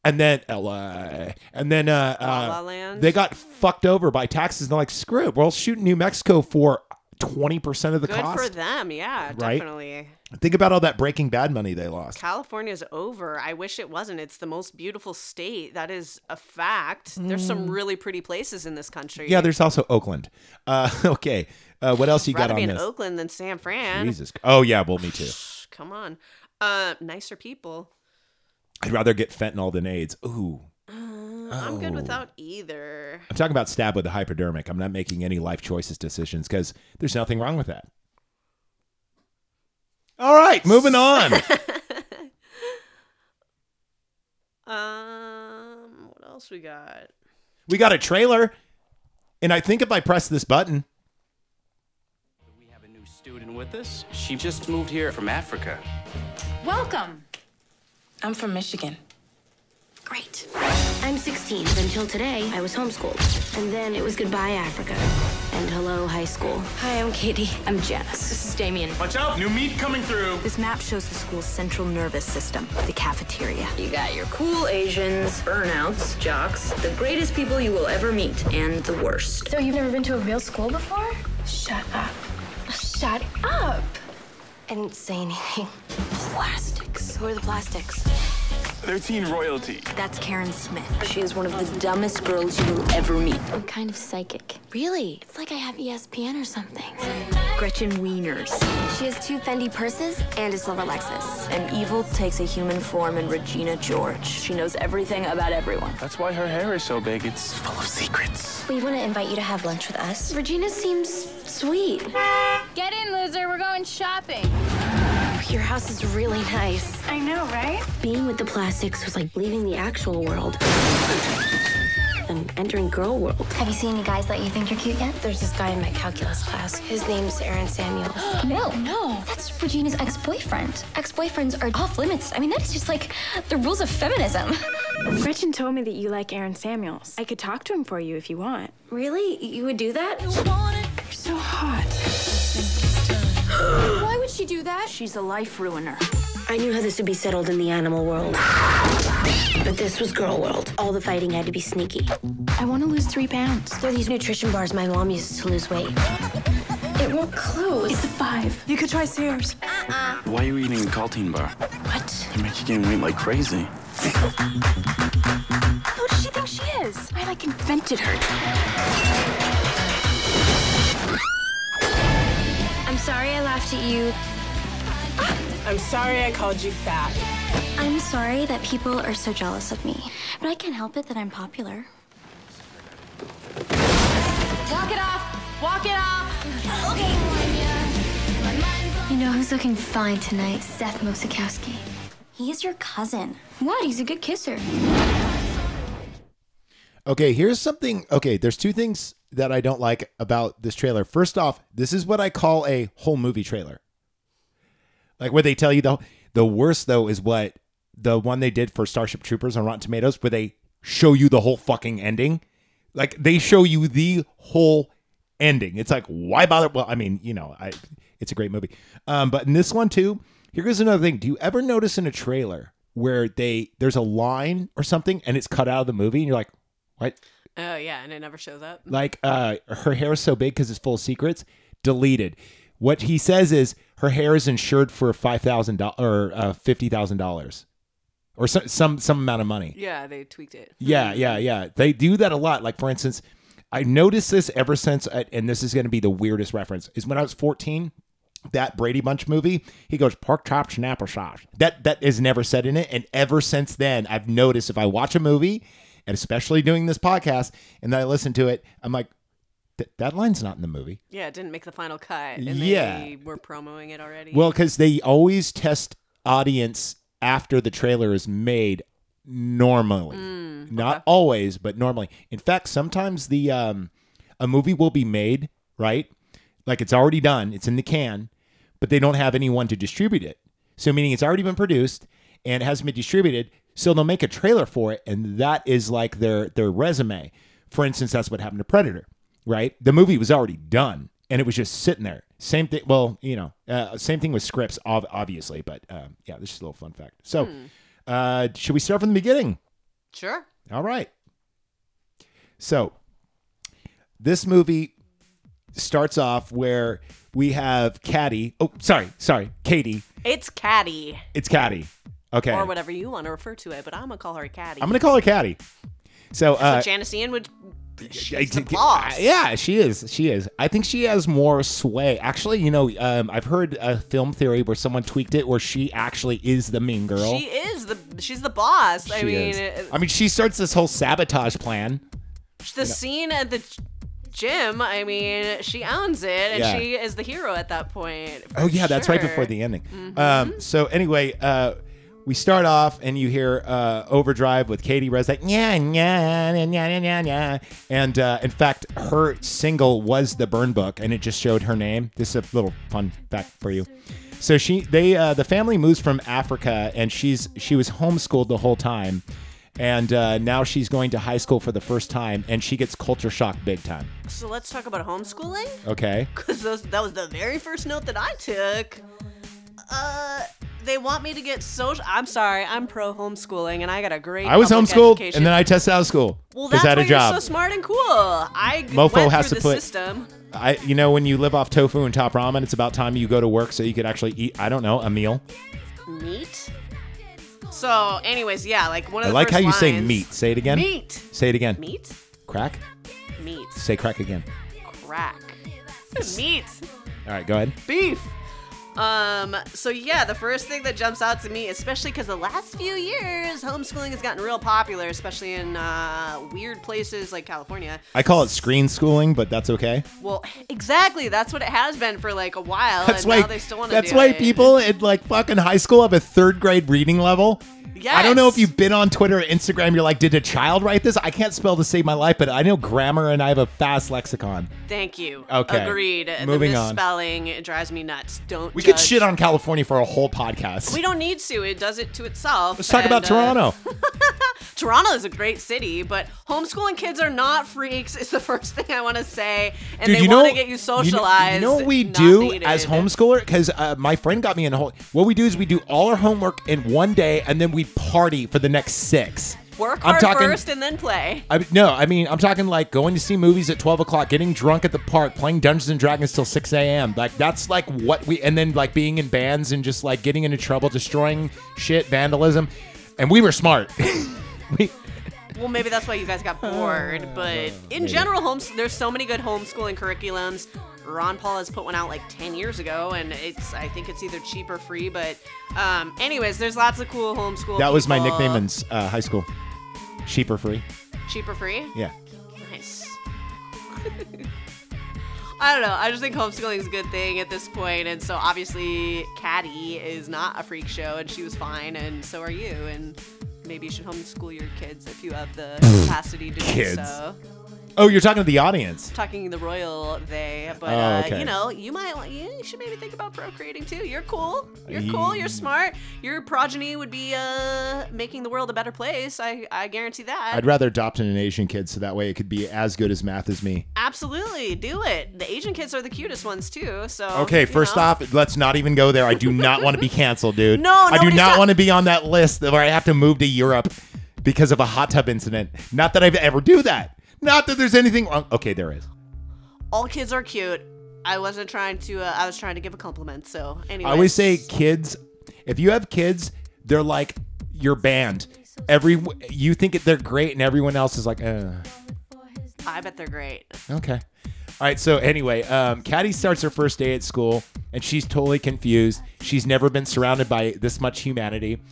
S6: and then L.A. and then uh,
S2: La
S6: uh,
S2: La Land?
S6: they got fucked over by taxes. And they're like, screw it, we'll shoot in New Mexico for twenty percent of the
S2: Good
S6: cost.
S2: for them. Yeah,
S6: Right?
S2: definitely.
S6: Think about all that Breaking Bad money they lost.
S2: California's over. I wish it wasn't. It's the most beautiful state. That is a fact. There's some really pretty places in this country.
S6: Yeah, there's also Oakland. Uh, okay, uh, what else you got
S2: rather
S6: on
S2: be in
S6: this?
S2: Oakland than San Fran.
S6: Jesus. Oh yeah, well, me too.
S2: Come on, uh, nicer people.
S6: I'd rather get fentanyl than AIDS. Ooh,
S2: Uh, I'm good
S6: Oh.
S2: without either.
S6: I'm talking about stab with a hypodermic. I'm not making any life choices decisions because there's nothing wrong with that. All right, moving on.
S2: Um, what else we got?
S6: we got a trailer, and I think if I press this button,
S7: We have a new student with us. She just moved here from Africa.
S4: Welcome. I'm from Michigan.
S8: Great. I'm 16. Until today, I was homeschooled. And then it was goodbye, Africa. And hello, high school. Hi, I'm Katie. I'm Janice.
S4: This is Damien.
S7: Watch out, new meat coming through.
S9: This map shows the school's central nervous system, the cafeteria.
S8: You got your cool Asians, burnouts, jocks, the greatest people you will ever meet, and the worst.
S9: So you've never been to a real school before? Shut up. Shut up.
S8: I didn't say anything. Plastics. Who are the plastics?
S7: They're teen royalty.
S9: That's Karen Smith.
S8: She is one of the dumbest girls you will ever meet. I'm kind of psychic. Really? It's like I have E ESPN or something.
S9: Gretchen Wieners.
S8: She has two Fendi purses and a silver Lexus. And evil takes a human form in Regina George. She knows everything about everyone.
S7: That's why her hair is so big. It's full of secrets.
S8: We want to invite you to have lunch with us. Regina seems sweet.
S4: Get in, loser. We're going shopping.
S8: Your house is really nice.
S9: I know, right?
S8: Being with the plastics was like leaving the actual world and entering girl world.
S9: Have you seen any guys that you think are cute yet?
S8: There's this guy in my calculus class. His name's Aaron Samuels.
S9: No. No. Oh, That's Regina's ex-boyfriend. Ex-boyfriends are off limits. I mean, that is just like the rules of feminism.
S10: Gretchen told me that you like Aaron Samuels. I could talk to him for you if you want.
S8: Really? You would do that?
S10: You're so hot.
S9: Why would she do that? She's a life ruiner.
S8: I knew how this would be settled in the animal world. But this was girl world. All the fighting had to be sneaky.
S9: I want to lose three pounds.
S8: They're these nutrition bars my mom uses to lose weight.
S9: It won't close.
S10: It's a five. You could try Sears.
S7: Why are you eating a caltine bar?
S9: what?
S7: They make you gain weight like crazy.
S9: Who does she think she is? I like invented her.
S8: I'm sorry I laughed at you.
S10: I'm sorry I called you fat.
S9: I'm sorry that people are so jealous of me, but I can't help it that I'm popular.
S4: Walk it off. Walk it off.
S9: You know who's looking fine tonight? Seth Mosikowski. He is your cousin. What? He's a good kisser.
S1: Okay, here's something. Okay, there's two things that I don't like about this trailer. First off, this is what I call a whole movie trailer. Like where they tell you the the worst though is what the one they did for Starship Troopers on Rotten Tomatoes where they show you the whole fucking ending. Like they show you the whole ending. It's like why bother? Well, I mean, you know, I it's a great movie. Um, but in this one too, here goes another thing. Do you ever notice in a trailer where they there's a line or something and it's cut out of the movie and you're like, what?
S2: Oh yeah, and it never shows up.
S1: like uh her hair is so big because it's full of secrets deleted what he says is her hair is insured for five thousand dollars or uh, fifty thousand dollars or some, some some amount of money
S2: Yeah, they tweaked it.
S1: yeah yeah yeah they do that a lot like for instance i noticed this ever since I, and this is going to be the weirdest reference is when i was 14 that Brady Bunch movie, he goes pork chops and applesauce. That that is never said in it, and ever since then, I've noticed if I watch a movie, and especially doing this podcast, and then I listen to it, I'm like, "Th- that line's not in the movie.
S2: Yeah, it didn't make the final cut. And
S1: Yeah.
S2: they were promoting it already.
S1: Well, because they always test audience after the trailer is made. Normally, not always, but normally. In fact, sometimes the um, a movie will be made right? Like it's already done, it's in the can, but they don't have anyone to distribute it. So meaning it's already been produced and it hasn't been distributed. So they'll make a trailer for it, and that is like their their resume. For instance, that's what happened to Predator, right? The movie was already done, and it was just sitting there. Same thing. Well, you know, uh, same thing with scripts, ob- obviously. But um, yeah, this is a little fun fact. So,
S2: Hmm.
S1: uh, should we start from the beginning?
S2: Sure.
S1: All right. So this movie starts off where we have Caddy. Oh, sorry, sorry, Katie.
S2: It's Caddy.
S1: It's Caddy. Okay.
S2: Or whatever you want to refer to it, but I'm gonna call her Caddy.
S1: I'm gonna call her Caddy. So, uh,
S2: so Janice Ian would.
S1: I-
S2: She's the
S1: I-
S2: boss.
S1: Yeah, she is. She is. I think she has more sway. Actually, you know, um, I've heard a film theory where someone tweaked it where she actually is the mean girl.
S2: She is the. She's the boss. I
S1: She
S2: mean,
S1: is.
S2: it-
S1: I mean, she starts this whole sabotage plan.
S2: the scene at the gym. I mean, she owns it, and
S1: Yeah.
S2: she is the hero at that point.
S1: Oh yeah, that's right
S2: sure. Mm-hmm.
S1: before the ending. Um, so anyway, uh, we start off and you hear uh, Overdrive with Katie Resnick. Yeah, yeah, yeah, yeah, yeah, yeah. And uh, in fact, her single was the Burn Book, and it just showed her name. This is a little fun fact for you. So she, they, uh, the family moves from Africa, and she's she was homeschooled the whole time, and uh, now she's going to high school for the first time, and she gets culture shock big time.
S2: So let's talk about homeschooling.
S1: Okay.
S2: because that was the very first note that I took. Uh, they want me to get social. I'm sorry, I'm pro homeschooling, and I got a great.
S1: I was
S2: public
S1: homeschooled,
S2: education.
S1: and then I tested out of school.
S2: Well,
S1: 'cause
S2: that's
S1: I had
S2: why
S1: a job.
S2: you're so smart and cool. I g-
S1: Mofo
S2: went
S1: has
S2: through
S1: to
S2: the
S1: put-
S2: system.
S1: I, you know, when you live off tofu and top ramen, it's about time you go to work so you could actually eat. I don't know, a meal.
S2: Meat. So, anyways, yeah, like one of
S1: I
S2: the
S1: like
S2: first
S1: how you say
S2: lines-
S1: meat. Say it again.
S2: Meat.
S1: Say it again.
S2: Meat.
S1: Crack.
S2: Meat.
S1: Say crack again.
S2: Crack. meat.
S1: All right, go ahead.
S2: Beef. Um, so yeah, the first thing that jumps out to me, especially because the last few years, homeschooling has gotten real popular, especially in uh, weird places like California.
S1: I call it screen schooling, but that's okay.
S2: Well, exactly. That's what it has been for like a while,
S1: That's
S2: and
S1: why.
S2: now they still want to.
S1: That's
S2: do
S1: why
S2: it.
S1: people in like fucking high school have a third grade reading level. I don't know if
S2: Yes.
S1: you've been on Twitter or Instagram. You're like, did a child write this? I can't spell to save my life, but I know grammar and I have a fast lexicon.
S2: Thank you.
S1: Okay.
S2: Agreed.
S1: Moving
S2: the
S1: on.
S2: misspelling it drives me nuts. Don't.
S1: We could
S2: judge.
S1: shit on California for a whole podcast.
S2: We don't need to. It does it to itself.
S1: Let's talk about
S2: and, uh,
S1: Toronto.
S2: Toronto is a great city, but homeschooling kids are not freaks. Is the first thing I want to say, and
S1: Dude,
S2: they
S1: you
S2: want
S1: know-
S2: to get you
S1: You know-
S2: socialized.
S1: You know what we
S2: not
S1: do
S2: needed.
S1: as homeschooler? Because uh, my friend got me in a whole. What we do is we do all our homework in one day, and then we party for the next six.
S2: Work
S1: I'm
S2: hard
S1: talking-
S2: first and then play.
S1: I, no, I mean I'm talking like going to see movies at 12 o'clock, getting drunk at the park, playing Dungeons and Dragons till 6 a.m. Like that's like what we, and then like being in bands and just like getting into trouble, destroying shit, vandalism, and we were smart.
S2: Well, maybe that's why you guys got bored. But in
S1: Uh, maybe.
S2: general, homes there's so many good homeschooling curriculums. Ron Paul has put one out like 10 years ago, and it's I think it's either cheap or free. But um, anyways, there's lots of cool homeschool.
S1: that was my
S2: people.
S1: nickname in s- uh, high school. Sheep or free?
S2: Cheap or free?
S1: Yeah.
S2: Nice. I don't know. I just think homeschooling is a good thing at this point, and so obviously, Caddy is not a freak show, and she was fine, and so are you, and maybe you should homeschool your kids if you have the capacity to do
S1: Kids.
S2: so.
S1: Oh, you're talking to the audience.
S2: Talking the royal they, but
S1: Oh,
S2: uh,
S1: okay.
S2: you know, you might want- you should maybe think about procreating too. You're cool. You're cool. You're smart. Your progeny would be uh, making the world a better place. I I guarantee that.
S1: I'd rather adopt an Asian kid so that way it could be as good as math as me.
S2: Absolutely, do it. The Asian kids are the cutest ones too. So
S1: Okay,
S2: Oh, you
S1: first
S2: know.
S1: off, let's not even go there. I do not want to be canceled, dude.
S2: No,
S1: I do
S2: nobody's
S1: not
S2: not-
S1: want to be on that list where I have to move to Europe because of a hot tub incident. Not that I've ever do that. Not that there's anything wrong. Okay, there is.
S2: all kids are cute. I wasn't trying to. Uh, I was trying to give a compliment. So anyway,
S1: I always say kids, if you have kids, they're like your band. Every you think it- they're great and everyone else is like, uh,
S2: I bet they're great.
S1: Okay. All right. So anyway, um, Caddy starts her first day at school, and she's totally confused. She's never been surrounded by this much humanity,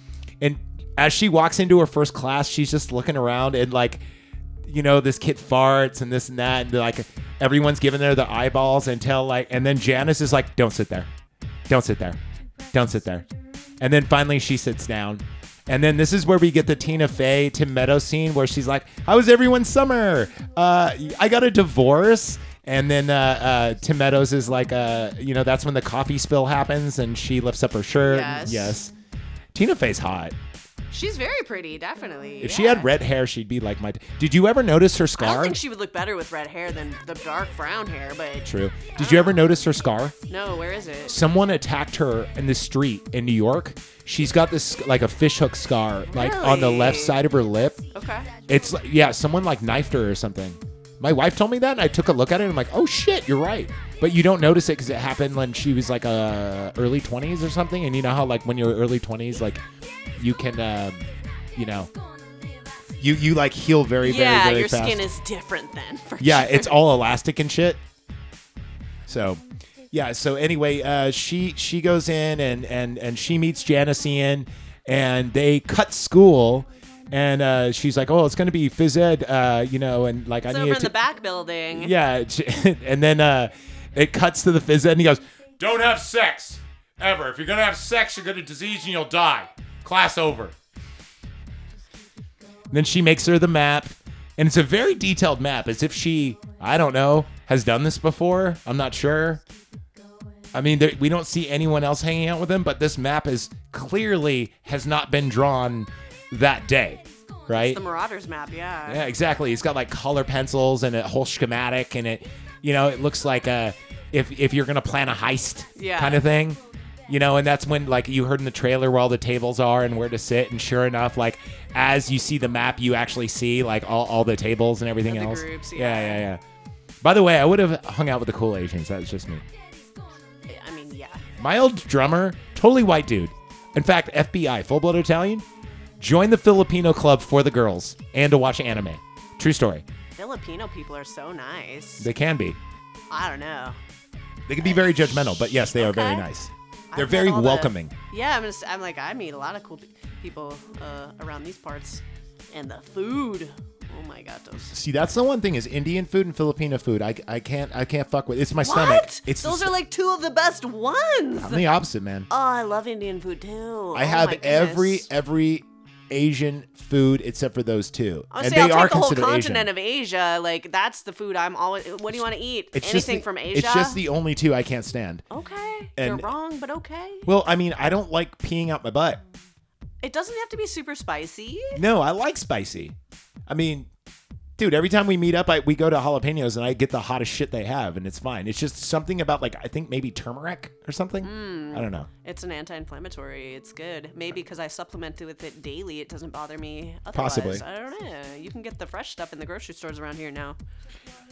S1: and as she walks into her first class, she's just looking around and like, you know, this kid farts and this and that, and like everyone's giving her the eyeballs until like, and then Janice is like, "Don't sit there, don't sit there, don't sit there," and then finally she sits down. And then this is where we get the Tina Fey Tim Meadows scene where she's like, "How was everyone's summer? Uh, I got a divorce And then uh, uh, Tim Meadows is like, uh, you know, that's when the coffee spill happens, and she lifts up her shirt.
S2: Yes.
S1: Tina Fey's hot.
S2: She's very pretty, definitely.
S1: If she had red hair, she'd be like my. Did you ever notice her
S2: I
S1: scar?
S2: don't think she would look better with red hair than the dark brown hair, but
S1: True. Did you ever notice her scar?
S2: no, where is it?
S1: Someone attacked her in the street in New York. She's got this like a fishhook scar, like on the left
S2: Really?
S1: side of her lip.
S2: Okay.
S1: It's like- yeah, someone like knifed her or something. My wife told me that, and I took a look at it. and I'm like, oh shit, you're right. But you don't notice it because it happened when she was like uh, early 20s or something. And you know how like when you're early 20s, like you can, um, you know,
S7: You you like heal very
S2: yeah,
S7: very very
S2: your
S7: fast.
S2: skin is different then. For
S1: yeah,
S2: sure.
S1: it's all elastic and shit. So, yeah. So anyway, uh, she she goes in and and and she meets Janice Ian, and they cut school, and uh, she's like, "Oh, it's gonna be phys ed, uh, you know," and like
S2: It's
S1: I
S2: over
S1: need
S2: in
S1: to
S2: the back building.
S1: yeah, she- and then uh, it cuts to the phys ed, and he goes, "Don't have sex ever. If you're gonna have sex, you're gonna disease and you'll die. Class over." And then she makes her the map, and it's a very detailed map, as if she, I don't know, has done this before. I'm not sure. I mean, there, we don't see anyone else hanging out with him, but this map is clearly has not been drawn that day, right?
S2: It's the Marauders map, yeah.
S1: Yeah, exactly. It's got like color pencils and a whole schematic, and it, you know, it looks like a if if you're gonna plan a heist
S2: Yeah.
S1: kind of thing, you know. And that's when like you heard in the trailer where all the tables are and where to sit, and sure enough, like as you see the map, you actually see like all, all the tables and everything
S2: Of the
S1: else.
S2: groups,
S1: yeah, yeah, yeah. By the way, I would have hung out with the cool Asians. That's just me.
S2: I mean, yeah.
S1: My old drummer, totally white dude. In fact, FBI, full blood Italian, joined the Filipino club for the girls and to watch anime. True story.
S2: Filipino people are so nice.
S1: They can be.
S2: I don't know.
S1: They can be very judgmental, but yes, they are very nice.
S2: I've
S1: They're
S2: met
S1: very
S2: all the-
S1: welcoming.
S2: yeah, I'm just, I'm like I meet a lot of cool pe- people uh, around these parts, and the food. Oh my god, those.
S7: See, that's the one thing is Indian food and Filipino food. I, I can't I can't fuck with. It's my stomach.
S2: What?
S7: It's the
S2: those
S7: st-
S2: are like two of the best ones.
S7: I'm the opposite, man.
S2: Oh, I love Indian food too.
S7: I
S2: Oh
S7: have
S2: my goodness.
S7: every e-, every Asian food except for those two,
S2: I would
S7: and
S2: say
S7: they
S2: I'll
S7: are
S2: Oh, take the whole
S7: considered Asian.
S2: continent of Asia. Like that's the food I'm always. What do you want to eat?
S7: It's just
S2: Anything
S7: the-
S2: from Asia?
S7: It's just the only two I can't stand.
S2: Okay,
S7: and-
S2: you're wrong, but okay.
S7: Well, I mean, I don't like peeing out my butt.
S2: It doesn't have to be super spicy.
S7: No, I like spicy. I mean, dude, every time we meet up, I, we go to jalapenos and I get the hottest shit they have, and it's fine. It's just something about like I think maybe turmeric or something. I don't know.
S2: It's an anti-inflammatory. It's good. Maybe because I supplement it with it daily, it doesn't bother me. Otherwise,
S7: Possibly.
S2: I don't know. You can get the fresh stuff in the grocery stores around here now.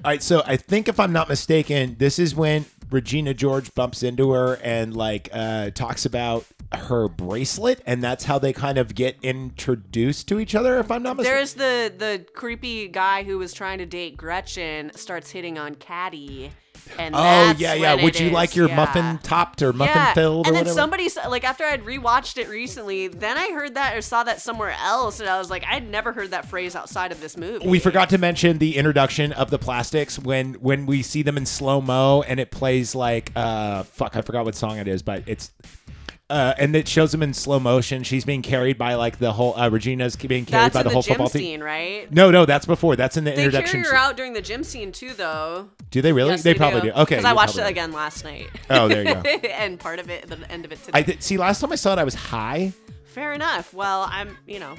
S7: All right, so I think if I'm not mistaken, this is when Regina George bumps into her and like uh, talks about her bracelet, and that's how they kind of get introduced to each other. If I'm not mistaken,
S2: There's the the creepy guy who was trying to date Gretchen starts hitting on Caddy. And
S7: oh
S2: that's
S7: yeah, yeah.
S2: when it
S7: Would you
S2: is,
S7: like your
S2: yeah.
S7: muffin topped or muffin
S2: yeah.
S7: filled or
S2: and then
S7: whatever?
S2: somebody s- like after I'd rewatched it recently, then I heard that or saw that somewhere else, and I was like, I'd never heard that phrase outside of this movie.
S1: We forgot to mention the introduction of the plastics when when we see them in slow mo and it plays like uh fuck I forgot what song it is but it's uh and it shows them in slow motion. She's being carried by like the whole uh, Regina's being carried
S2: that's
S1: by
S2: in
S1: the
S2: the,
S1: whole
S2: gym
S1: football team.
S2: scene, right?
S1: No, no, that's before. That's in the
S2: They
S1: introduction.
S2: carry her
S1: scene.
S2: out during the gym scene too, though.
S1: Do they really?
S2: Yes,
S1: they, probably do. Okay,
S2: because I
S1: you're
S2: watched
S1: probably
S2: it
S1: right.
S2: again last night.
S1: Oh, there you go.
S2: and part of it, the end of it today.
S1: I th- see. Last time I saw it, I was high.
S2: Fair enough. Well, I'm, you know,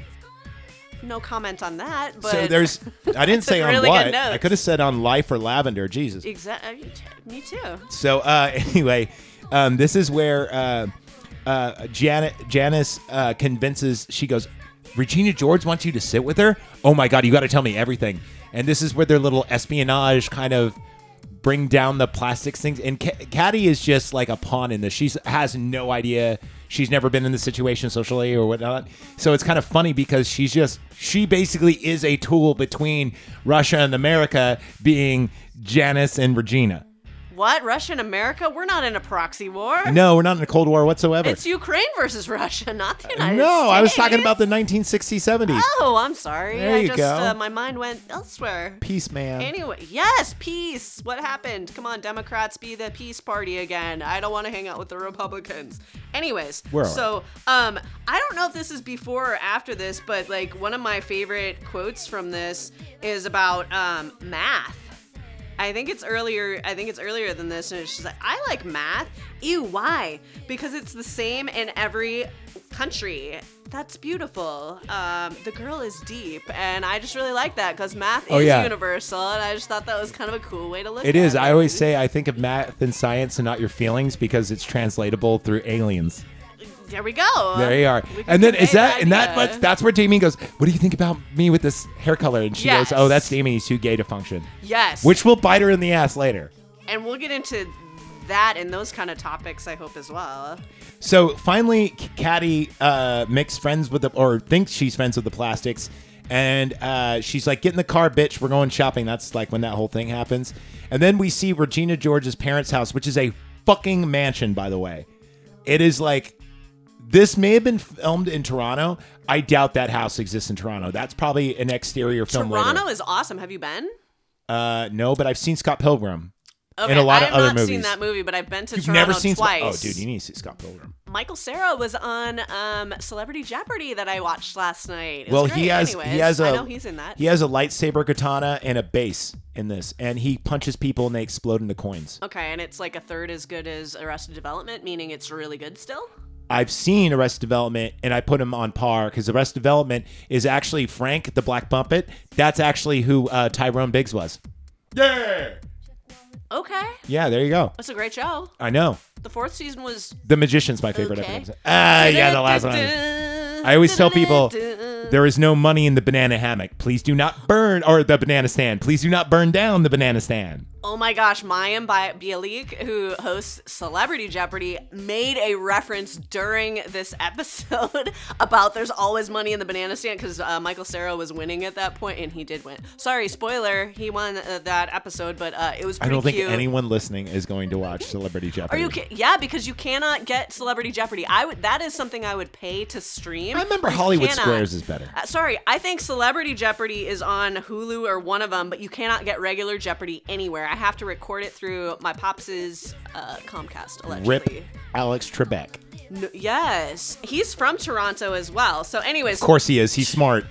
S2: no comment on that. But
S7: so there's. I didn't say
S2: Took
S7: on
S2: really good
S7: what. I
S2: notes.
S7: could have said on life or lavender. Jesus.
S2: exactly. uh, Me too.
S7: So uh, anyway, um, this is where uh, uh, Janet
S1: Janice uh, convinces, she goes, Regina George wants you to sit with her? Oh my God, you got to tell me everything. And this is where their little espionage kind of bring down the plastics things. And Ca- Caddy is just like a pawn in this. She has no idea. She's never been in the situation socially or whatnot. So it's kind of funny because she's just, she basically is a tool between Russia and America, being Janice and Regina.
S2: What? Russia and America? We're not in a proxy war.
S1: No, we're not in a Cold War whatsoever.
S2: It's Ukraine versus Russia, not the
S1: Uh, no,
S2: United States.
S1: I was talking about the 1960s, 70s.
S2: Oh, I'm sorry.
S1: There
S2: I
S1: you
S2: just,
S1: go.
S2: Uh, my mind went elsewhere.
S1: Peace, man.
S2: Anyway, yes, peace. What happened? Come on, Democrats, be the peace party again. I don't want to hang out with the Republicans. Anyways,
S11: We're all
S2: so um, I don't know if this is before or after this, but like one of my favorite quotes from this is about um, math I think it's earlier. I think it's earlier than this. And she's like, I like math. Ew, why? Because it's the same in every country. That's beautiful. Um, the girl is deep, and I just really like that because math
S1: Oh,
S2: is
S1: yeah.
S2: universal, and I just thought that was kind of a cool way to look.
S1: It
S2: at
S1: is. I always say I think of math and science and not your feelings because it's translatable through aliens.
S2: There we go.
S1: there you are.
S2: We can
S1: And then
S2: convey
S1: is that and that
S2: idea.
S1: much that's where Damien goes, What do you think about me with this hair color? And she
S2: Yes.
S1: goes, Oh, that's Damien, he's too gay to function.
S2: Yes.
S1: Which will bite her in the ass later.
S2: And we'll get into that and those kind of topics, I hope, as well.
S1: So finally, K- Caddy uh, makes friends with the, or thinks she's friends with the plastics, and uh, she's like, "Get in the car, bitch. We're going shopping." That's like when that whole thing happens, and then we see Regina George's parents' house, which is a fucking mansion, by the way. It is like this may have been filmed in Toronto. I doubt that house exists in Toronto. That's probably an exterior film.
S2: Toronto
S1: later.
S2: is awesome. Have you been?
S1: Uh, no, but I've seen Scott Pilgrim
S2: Okay,
S1: and a lot
S2: I
S1: of
S2: have
S1: other
S2: not
S1: movies.
S2: seen that movie, but I've been to
S1: You've
S2: Toronto
S1: never seen Scott-
S2: twice.
S1: Oh, dude, you need to see Scott Pilgrim.
S2: Michael Sarah was on um, Celebrity Jeopardy that I watched last night. It was
S1: well,
S2: great.
S1: he has
S2: Anyways,
S1: he has a
S2: I know he's in that.
S1: he has a lightsaber katana and a base in this, and he punches people and they explode into coins.
S2: okay, and it's like a third as good as Arrested Development, meaning it's really good still.
S1: I've seen Arrested Development, and I put him on par because Arrested Development is actually Frank the Black Puppet. That's actually who uh, Tyrone Biggs was. Yeah.
S2: Okay,
S1: Yeah, there you go.
S2: that's a great show.
S1: I know.
S2: The fourth season was
S1: The Magician's my favorite
S2: Okay.
S1: episode. Ah, yeah, the last one. I always tell people there is no money in the banana hammock. Please do not burn or the banana stand. Please do not burn down the banana stand.
S2: Oh my gosh, Mayim Bi- Bialik, who hosts Celebrity Jeopardy, made a reference during this episode about there's always money in the banana stand because uh, Michael Sarah was winning at that point and he did win. Sorry, spoiler, he won uh, that episode, but uh, it
S1: I
S2: was pretty
S1: don't think
S2: cute.
S1: anyone listening is going to watch Celebrity
S2: Are
S1: Jeopardy.
S2: you ki- Yeah, because you cannot get Celebrity Jeopardy. I would. That is something I would pay to stream.
S1: I remember
S2: You
S1: Hollywood
S2: cannot.
S1: Squares is better.
S2: Uh, sorry, I think Celebrity Jeopardy is on Hulu or one of them, but you cannot get regular Jeopardy anywhere. I have to record it through my pops' uh, Comcast,
S1: Rip
S2: allegedly.
S1: Alex Trebek.
S2: No- yes, he's from Toronto as well. So, anyways,
S1: Of course he is. He's smart.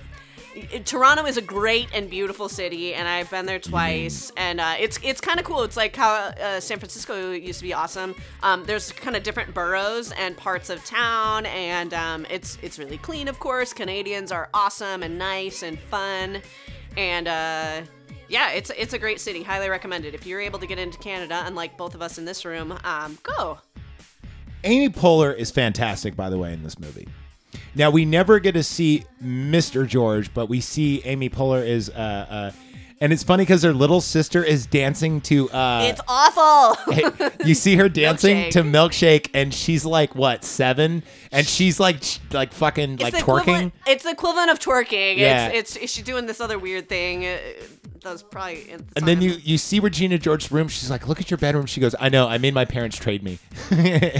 S2: Toronto is a great and beautiful city, and I've been there twice, and uh, it's it's kind of cool. It's like how uh, San Francisco used to be awesome. Um, there's kind of different boroughs and parts of town, and um, it's it's really clean, of course. Canadians are awesome and nice and fun, and uh, yeah, it's it's a great city. Highly recommended if you're able to get into Canada. Unlike both of us in this room, um, go.
S1: Amy Poehler is fantastic, by the way, in this movie. Now we never get to see Mr. George, but we see Amy Poehler is, uh, uh, and it's funny because their little sister is dancing to. Uh,
S2: it's awful.
S1: you see her dancing
S2: Milkshake.
S1: to milkshake, and she's like what seven, and she's like sh- like fucking like
S2: the
S1: twerking.
S2: equivalent- It's the equivalent of twerking.
S1: Yeah.
S2: It's, it's she's doing this other weird thing. uh, That was probably. In the
S1: And then you you see Regina George's room. She's like, "Look at your bedroom." She goes, "I know. I made my parents trade me."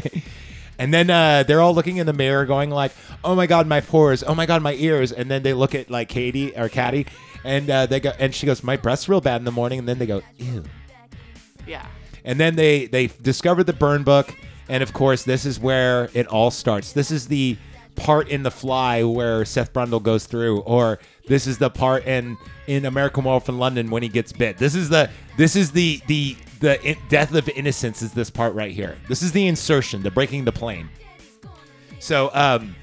S1: and then uh, they're all looking in the mirror, going like, "Oh my god, my pores. Oh my god, my ears." And then they look at like Katie or Caddy, and uh, they go, and she goes, "My breasts real bad in the morning." And then they go, "Ew."
S2: Yeah.
S1: And then they they discover the burn book, and of course, this is where it all starts. This is the part in The Fly where Seth Brundle goes through, or this is the part in in American Werewolf in London when he gets bit. This is the this is the the the in- death of innocence is this part right here. This is the insertion, the breaking the plane. So um,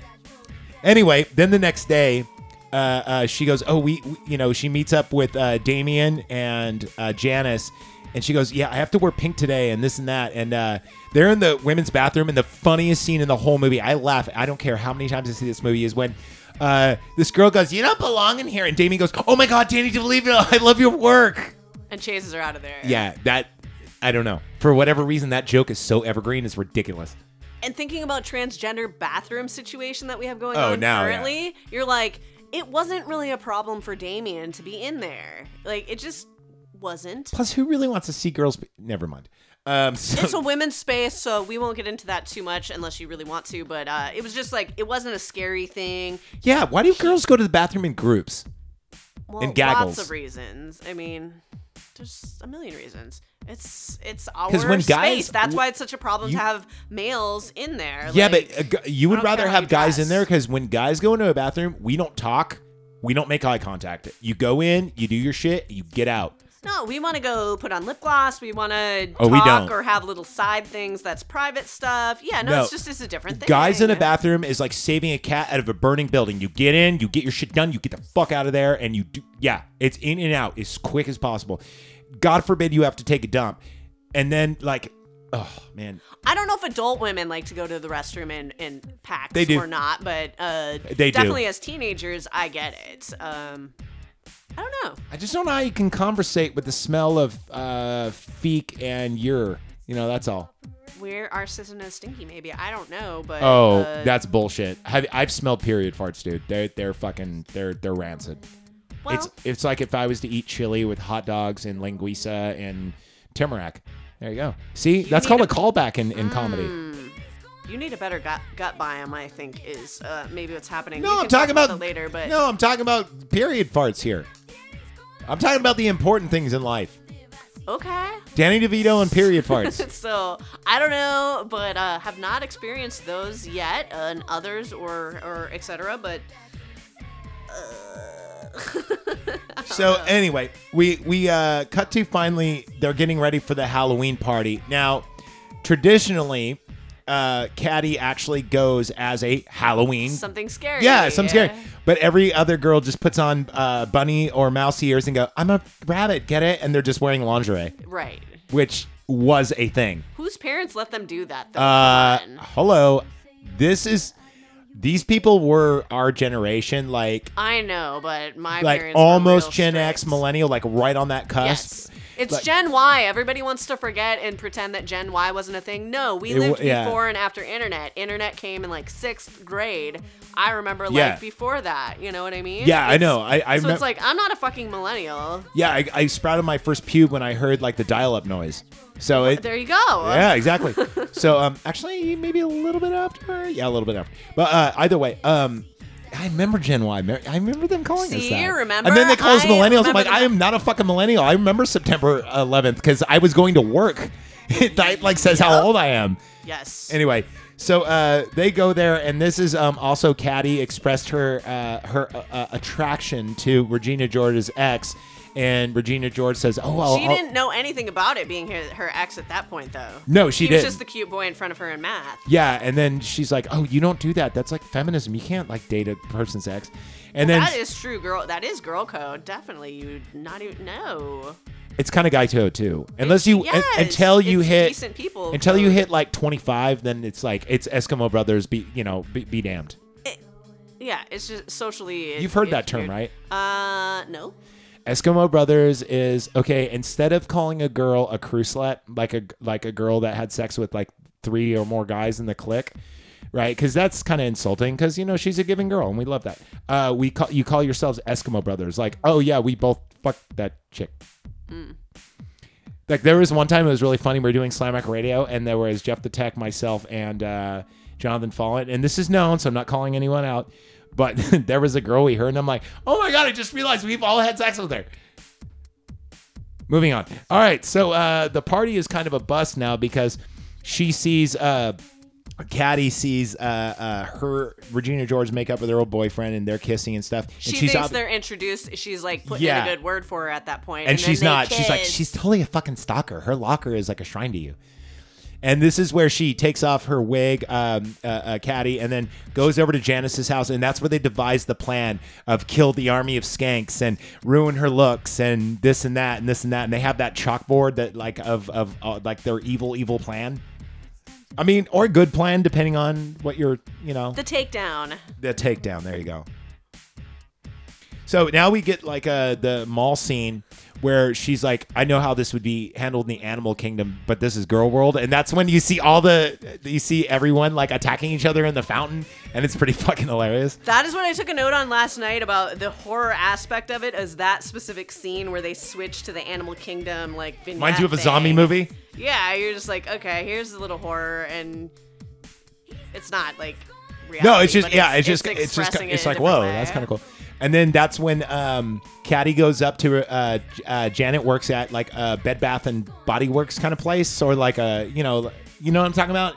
S1: anyway, then the next day. Uh, uh, she goes, oh, we, we- you know, she meets up with uh, Damien and uh, Janice, and she goes, yeah, I have to wear pink today, and this and that, and uh, they're in the women's bathroom, and the funniest scene in the whole movie, I laugh, I don't care how many times I see this movie, is when uh, this girl goes, you don't belong in here, and Damien goes, oh my god, Danny DeLevio, I love your work.
S2: And chases her out of there.
S1: Yeah, that, I don't know, for whatever reason, that joke is so evergreen, it's ridiculous.
S2: And thinking about transgender bathroom situation that we have going
S1: Oh,
S2: on
S1: now, yeah.
S2: currently, you're like, it wasn't really a problem for Damien to be in there. Like it just wasn't.
S1: Plus, who really wants to see girls? Be- Never mind. Um, so-
S2: It's a women's space, so we won't get into that too much unless you really want to. But uh, it was just like it wasn't a scary thing.
S1: Yeah, why do girls go to the bathroom in groups?
S2: Well,
S1: and gaggles.
S2: Lots of reasons. I mean, there's a million reasons. It's it's our
S1: 'Cause when guys-
S2: space. That's why it's such a problem
S1: you-
S2: to have males in there.
S1: yeah,
S2: Like,
S1: but uh, gu- you would
S2: don't
S1: rather
S2: care how
S1: have
S2: you
S1: guys in there because when guys go into a bathroom, we don't talk, we don't make eye contact. You go in, you do your shit, you get out.
S2: No, we want to go put on lip gloss. We want to
S1: Oh,
S2: talk
S1: we don't.
S2: or have little side things that's private stuff. Yeah, no, it's just it's a different thing.
S1: Guys in a bathroom is like saving a cat out of a burning building. You get in, you get your shit done, you get the fuck out of there, and you do. Yeah, it's in and out as quick as possible. God forbid you have to take a dump, and then like, oh man,
S2: I don't know if adult women like to go to the restroom in, in packs
S1: They do.
S2: or not, but uh,
S1: They do.
S2: definitely as teenagers, I get it. Um, I don't know.
S1: I just don't know how you can conversate with the smell of uh, feek and ur. You know, that's all.
S2: Where are Susan and Stinky? Maybe I don't know, but
S1: Oh,
S2: uh,
S1: that's bullshit. Have, I've smelled period farts, dude. They're they're fucking they're they're rancid. it's
S2: Well-
S1: it's like if I was to eat chili with hot dogs and linguiça and tamarack. There you go. See, that's
S2: need
S1: called a callback in, in comedy.
S2: Hmm. You need a better gut gut biome, I think, is uh, maybe what's happening.
S1: No,
S2: We
S1: I'm
S2: can
S1: talking
S2: talk
S1: about
S2: that later, but
S1: no, I'm talking about period farts here. I'm talking about the important things in life.
S2: okay.
S1: Danny DeVito and period farts.
S2: so I don't know, but uh, have not experienced those yet, uh, and others or or etc. But
S1: So
S2: Uh-huh.
S1: anyway, we we uh, cut to finally they're getting ready for the Halloween party. Now, traditionally, uh, Caddy actually goes as a Halloween
S2: Something scary, Uh,
S1: Yeah, something
S2: yeah.
S1: scary. But every other girl just puts on uh, bunny or mouse ears and go, "I'm a rabbit, get it?" And they're just wearing lingerie,
S2: right,
S1: which was a thing.
S2: whose parents let them do that? Though?
S1: Uh, hello, this is these people were our generation, like
S2: I know, but my
S1: like
S2: parents were
S1: almost
S2: real
S1: Gen
S2: strict.
S1: X, millennial, like right on that cusp.
S2: It's
S1: Like-
S2: Gen Y. Everybody wants to forget and pretend that Gen Y wasn't a thing. No, we
S1: It wa-
S2: lived
S1: yeah.
S2: before and after internet. Internet came in like sixth grade. I remember like
S1: Yeah.
S2: before that. You know what I mean?
S1: Yeah, I
S2: It's-
S1: know. I- I
S2: so
S1: remem-
S2: it's like I'm not a fucking millennial.
S1: Yeah, I, I sprouted my first pube when I heard like the dial-up noise. So it,
S2: There you go.
S1: yeah, exactly. so um, actually, maybe a little bit after. Yeah, a little bit after. But uh, either way, um, I remember Gen Y. Mer- I remember them calling us
S2: See,
S1: that.
S2: remember?
S1: And then they call us
S2: I
S1: millennials. I'm
S2: remember
S1: like, I am not a fucking millennial. I remember September 11th because I was going to work. it like says how old I am.
S2: Yes.
S1: Anyway, so uh, they go there, and this is um, also Caddy expressed her uh, her uh, uh, attraction to Regina George's ex, and Regina George says, "Oh, I'll,
S2: she
S1: I'll-
S2: didn't know anything about it being her, her ex at that point, though.
S1: No, she
S2: he was
S1: didn't.
S2: just the cute boy in front of her in math.
S1: yeah." And then she's like, "Oh, you don't do that. That's like feminism. You can't like date a person's ex." And then
S2: that is true, girl. That is girl code. Definitely, you not even no.
S1: it's kind of guy code too. Unless you un-
S2: yes,
S1: until you
S2: it's
S1: hit
S2: decent people
S1: until you
S2: code.
S1: hit like twenty five, then it's like it's Eskimo brothers. Be you know be, be damned.
S2: Yeah, it's just socially. it-
S1: You've heard
S2: it's
S1: that term,
S2: weird.
S1: right?
S2: Uh, no.
S1: Eskimo Brothers is okay. Instead of calling a girl a crew slut, like a like a girl that had sex with like three or more guys in the clique, right? Because that's kind of insulting. Because you know she's a given girl, and we love that. Uh, we call you call yourselves Eskimo Brothers. Like, oh yeah, we both fucked that chick. Like there was one time it was really funny. We were doing Slamac Radio, and there was Jeff the Tech, myself, and uh, Jonathan Follett. And this is known, so I'm not calling anyone out. But there was a girl we heard, and I'm like, oh my god, I just realized we've all had sex with her. Moving on. All right, so uh, the party is kind of a bust now because she sees uh, Caddy sees uh, uh, her Regina George make up with her old boyfriend, and they're kissing and stuff.
S2: She
S1: and
S2: thinks
S1: ob-
S2: they're introduced. She's like putting
S1: Yeah.
S2: in a good word for her at that point,
S1: and,
S2: then
S1: she's
S2: they
S1: not. She's like,
S2: kiss.
S1: she's totally a fucking stalker. Her locker is like a shrine to you. And this is where she takes off her wig, um, uh, uh, caddy, and then goes over to Janice's house, and that's where they devise the plan of kill the army of skanks and ruin her looks and this and that and this and that, and they have that chalkboard that like of of uh, like their evil evil plan. I mean, or good plan depending on what you're, you know,
S2: the takedown.
S1: the takedown. There you go. So now we get like uh, the mall scene where she's like, "I know how this would be handled in the animal kingdom, but this is girl world," and that's when you see all the you see everyone like attacking each other in the fountain, and it's pretty fucking hilarious.
S2: That is what I took a note on last night about the horror aspect of it. Is that specific scene where they switch to the animal kingdom, like vignette
S1: Reminds you of a
S2: thing.
S1: zombie movie.
S2: Yeah, you're just like, okay, here's a little horror, and it's not like. Reality,
S1: No, it's just
S2: but
S1: yeah, it's, just it's just
S2: expressing
S1: it's
S2: it in a
S1: like whoa,
S2: different
S1: that's
S2: way.
S1: kind of cool. And then that's when um, Caddy goes up to uh, J- uh, Janet works at like a Bed Bath and Body Works kind of place, or like a you know you know what I'm talking about.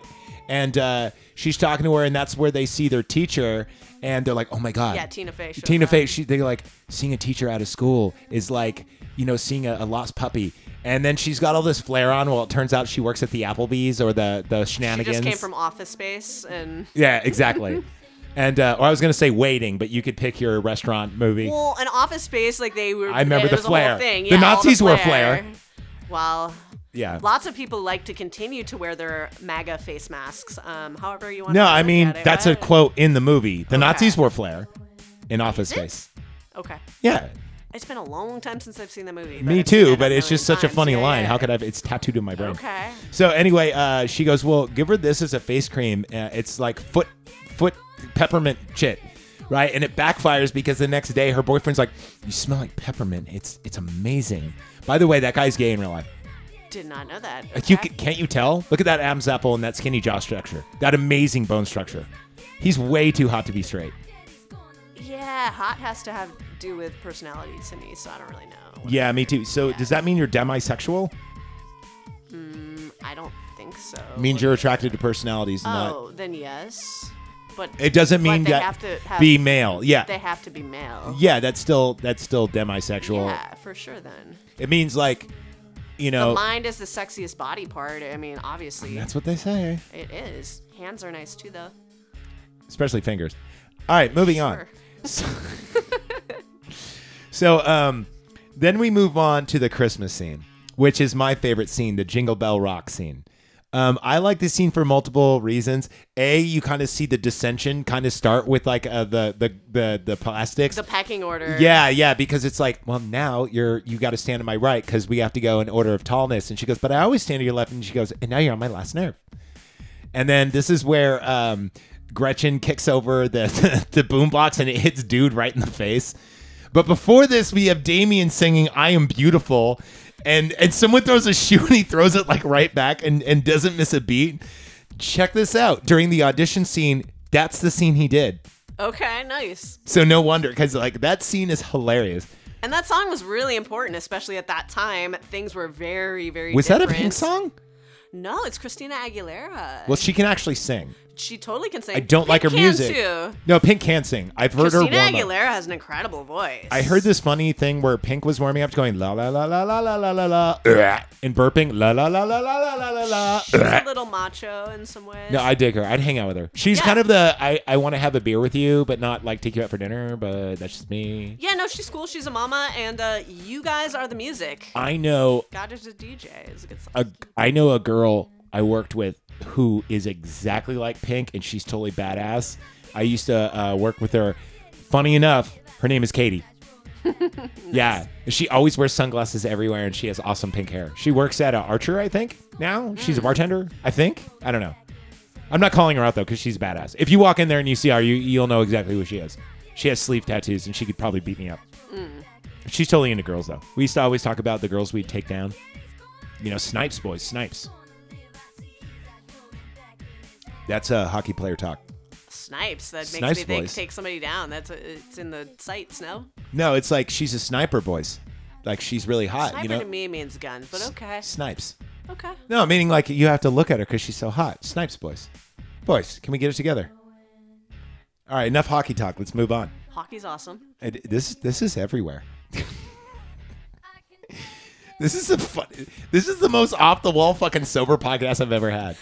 S1: And uh, she's talking to her, and that's where they see their teacher. and they're like, "Oh my god."
S2: Yeah, Tina Fey showed
S1: Tina
S2: up.
S1: Fey, she, they're like seeing a teacher out of school is like, you know, seeing a, a lost puppy. And then she's got all this flair on. Well, it turns out she works at the Applebee's or the the
S2: She
S1: shenanigans.
S2: just came from Office Space and
S1: yeah, exactly. and uh, or I was gonna say waiting, but you could pick your restaurant movie.
S2: well, an Office Space like they were.
S1: I remember
S2: it
S1: the
S2: was a
S1: flare.
S2: Whole thing.
S1: The
S2: Yeah, all
S1: Nazis wore
S2: flare.
S1: flare.
S2: Well,
S1: Yeah.
S2: Lots of people like to continue to wear their MAGA face masks. Um, however you want.
S1: No,
S2: to
S1: I
S2: look
S1: mean
S2: at it,
S1: that's a
S2: right?
S1: quote in the movie. The Nazis wore flair in Office Space.
S2: Okay.
S1: Yeah.
S2: It's been a long time since I've seen the movie. but
S1: Me
S2: I've seen
S1: too,
S2: it
S1: but
S2: a
S1: it's just
S2: million
S1: such a
S2: times.
S1: funny
S2: Yeah,
S1: line.
S2: yeah.
S1: How could I? It's tattooed in my brain.
S2: Okay.
S1: So anyway, uh, she goes, "Well, give her this as a face cream. Uh, it's like foot, foot peppermint shit, right?" And it backfires because the next day her boyfriend's like, "You smell like peppermint. It's it's amazing." By the way, that guy's gay in real life.
S2: Did not know that.
S1: Like, You can, can't you tell? Look at that Adam's apple and that skinny jaw structure. That amazing bone structure. He's way too hot to be straight.
S2: Yeah, hot has to have do with personality to me, so I don't really know.
S1: Yeah, me too. So does that mean you're demisexual?
S2: Mm, I don't think so.
S1: Means you're attracted to personalities, not
S2: Oh, then yes, but
S1: It doesn't
S2: but
S1: mean
S2: they
S1: that-
S2: have to have-
S1: be male, yeah.
S2: they have to be male.
S1: Yeah, that's still that's still demisexual.
S2: Yeah, for sure. Then
S1: It means like, you
S2: the
S1: know,
S2: mind is the sexiest body part. I mean, obviously,
S1: Oh. that's what they say,
S2: it is. Hands are nice too, though.
S1: especially fingers. All right, moving on. So, so, um, then we move on to the Christmas scene, which is my favorite scene, the Jingle Bell Rock scene. Um, I like this scene for multiple reasons. A, you kind of see the dissension kind of start with like uh, the, the the the plastics.
S2: The pecking order.
S1: Yeah, yeah, because it's like, well, now you're you got to stand on my right because we have to go in order of tallness. And she goes, but I always stand to your left. And she goes, and now you're on my last nerve. And then this is where um, Gretchen kicks over the the boombox and it hits dude right in the face. But before this, we have Damien singing "I Am Beautiful," and and someone throws a shoe and he throws it like right back and and doesn't miss a beat. Check this out during the audition scene. That's the scene he did.
S2: Okay, nice.
S1: So no wonder, because like that scene is hilarious.
S2: And that song was really important, especially at that time. Things were very, very.
S1: Was that a
S2: different.
S1: Pink song?
S2: No, it's Christina Aguilera.
S1: Well, she can actually sing.
S2: She totally can sing.
S1: I don't
S2: Pink
S1: like her
S2: can
S1: music.
S2: Too.
S1: No, Pink can sing. I've heard
S2: Christina
S1: her warm up.
S2: Aguilera has an incredible voice.
S1: I heard this funny thing where Pink was warming up, going la la la la la la la la la, uh, and burping la la la la la la la la la.
S2: She's a
S1: uh.
S2: little macho in some ways.
S1: No, I dig her. I'd hang out with her. She's kind of the I, I want to have a beer with you, but not like take you out for dinner. But that's just me.
S2: Yeah, no, she's cool. She's a mama, and uh, you guys are the music.
S1: I know
S2: God is a DJ. Is a good song.
S1: a I know a girl I worked with who is exactly like Pink, and she's totally badass. I used to uh, work with her. Funny enough, her name is Katie. Yeah, she always wears sunglasses everywhere, and she has awesome pink hair. She works at uh, Archer, I think. Now she's a bartender. I think. I don't know. I'm not calling her out though, because she's badass. If you walk in there and you see her, you you'll know exactly who she is. She has sleeve tattoos, and she could probably beat me up. She's totally into girls though. We used to always talk about the girls we'd take down. You know, snipes boys, snipes. That's a hockey player talk.
S2: Snipes. That makes
S1: Snipes
S2: me think
S1: voice.
S2: take somebody down. That's what, it's in the sights. No.
S1: No, it's like she's a sniper boys. Like she's really hot,
S2: Sniper
S1: you know.
S2: to me eh? means gun, but okay.
S1: Snipes.
S2: Okay.
S1: No, meaning like you have to look at her because she's so hot. Snipes boys. Boys, can we get it together? All right, enough hockey talk. Let's move on.
S2: Hockey's awesome.
S1: It, this this is everywhere. this is the fun, This is the most off the wall fucking sober podcast I've ever had.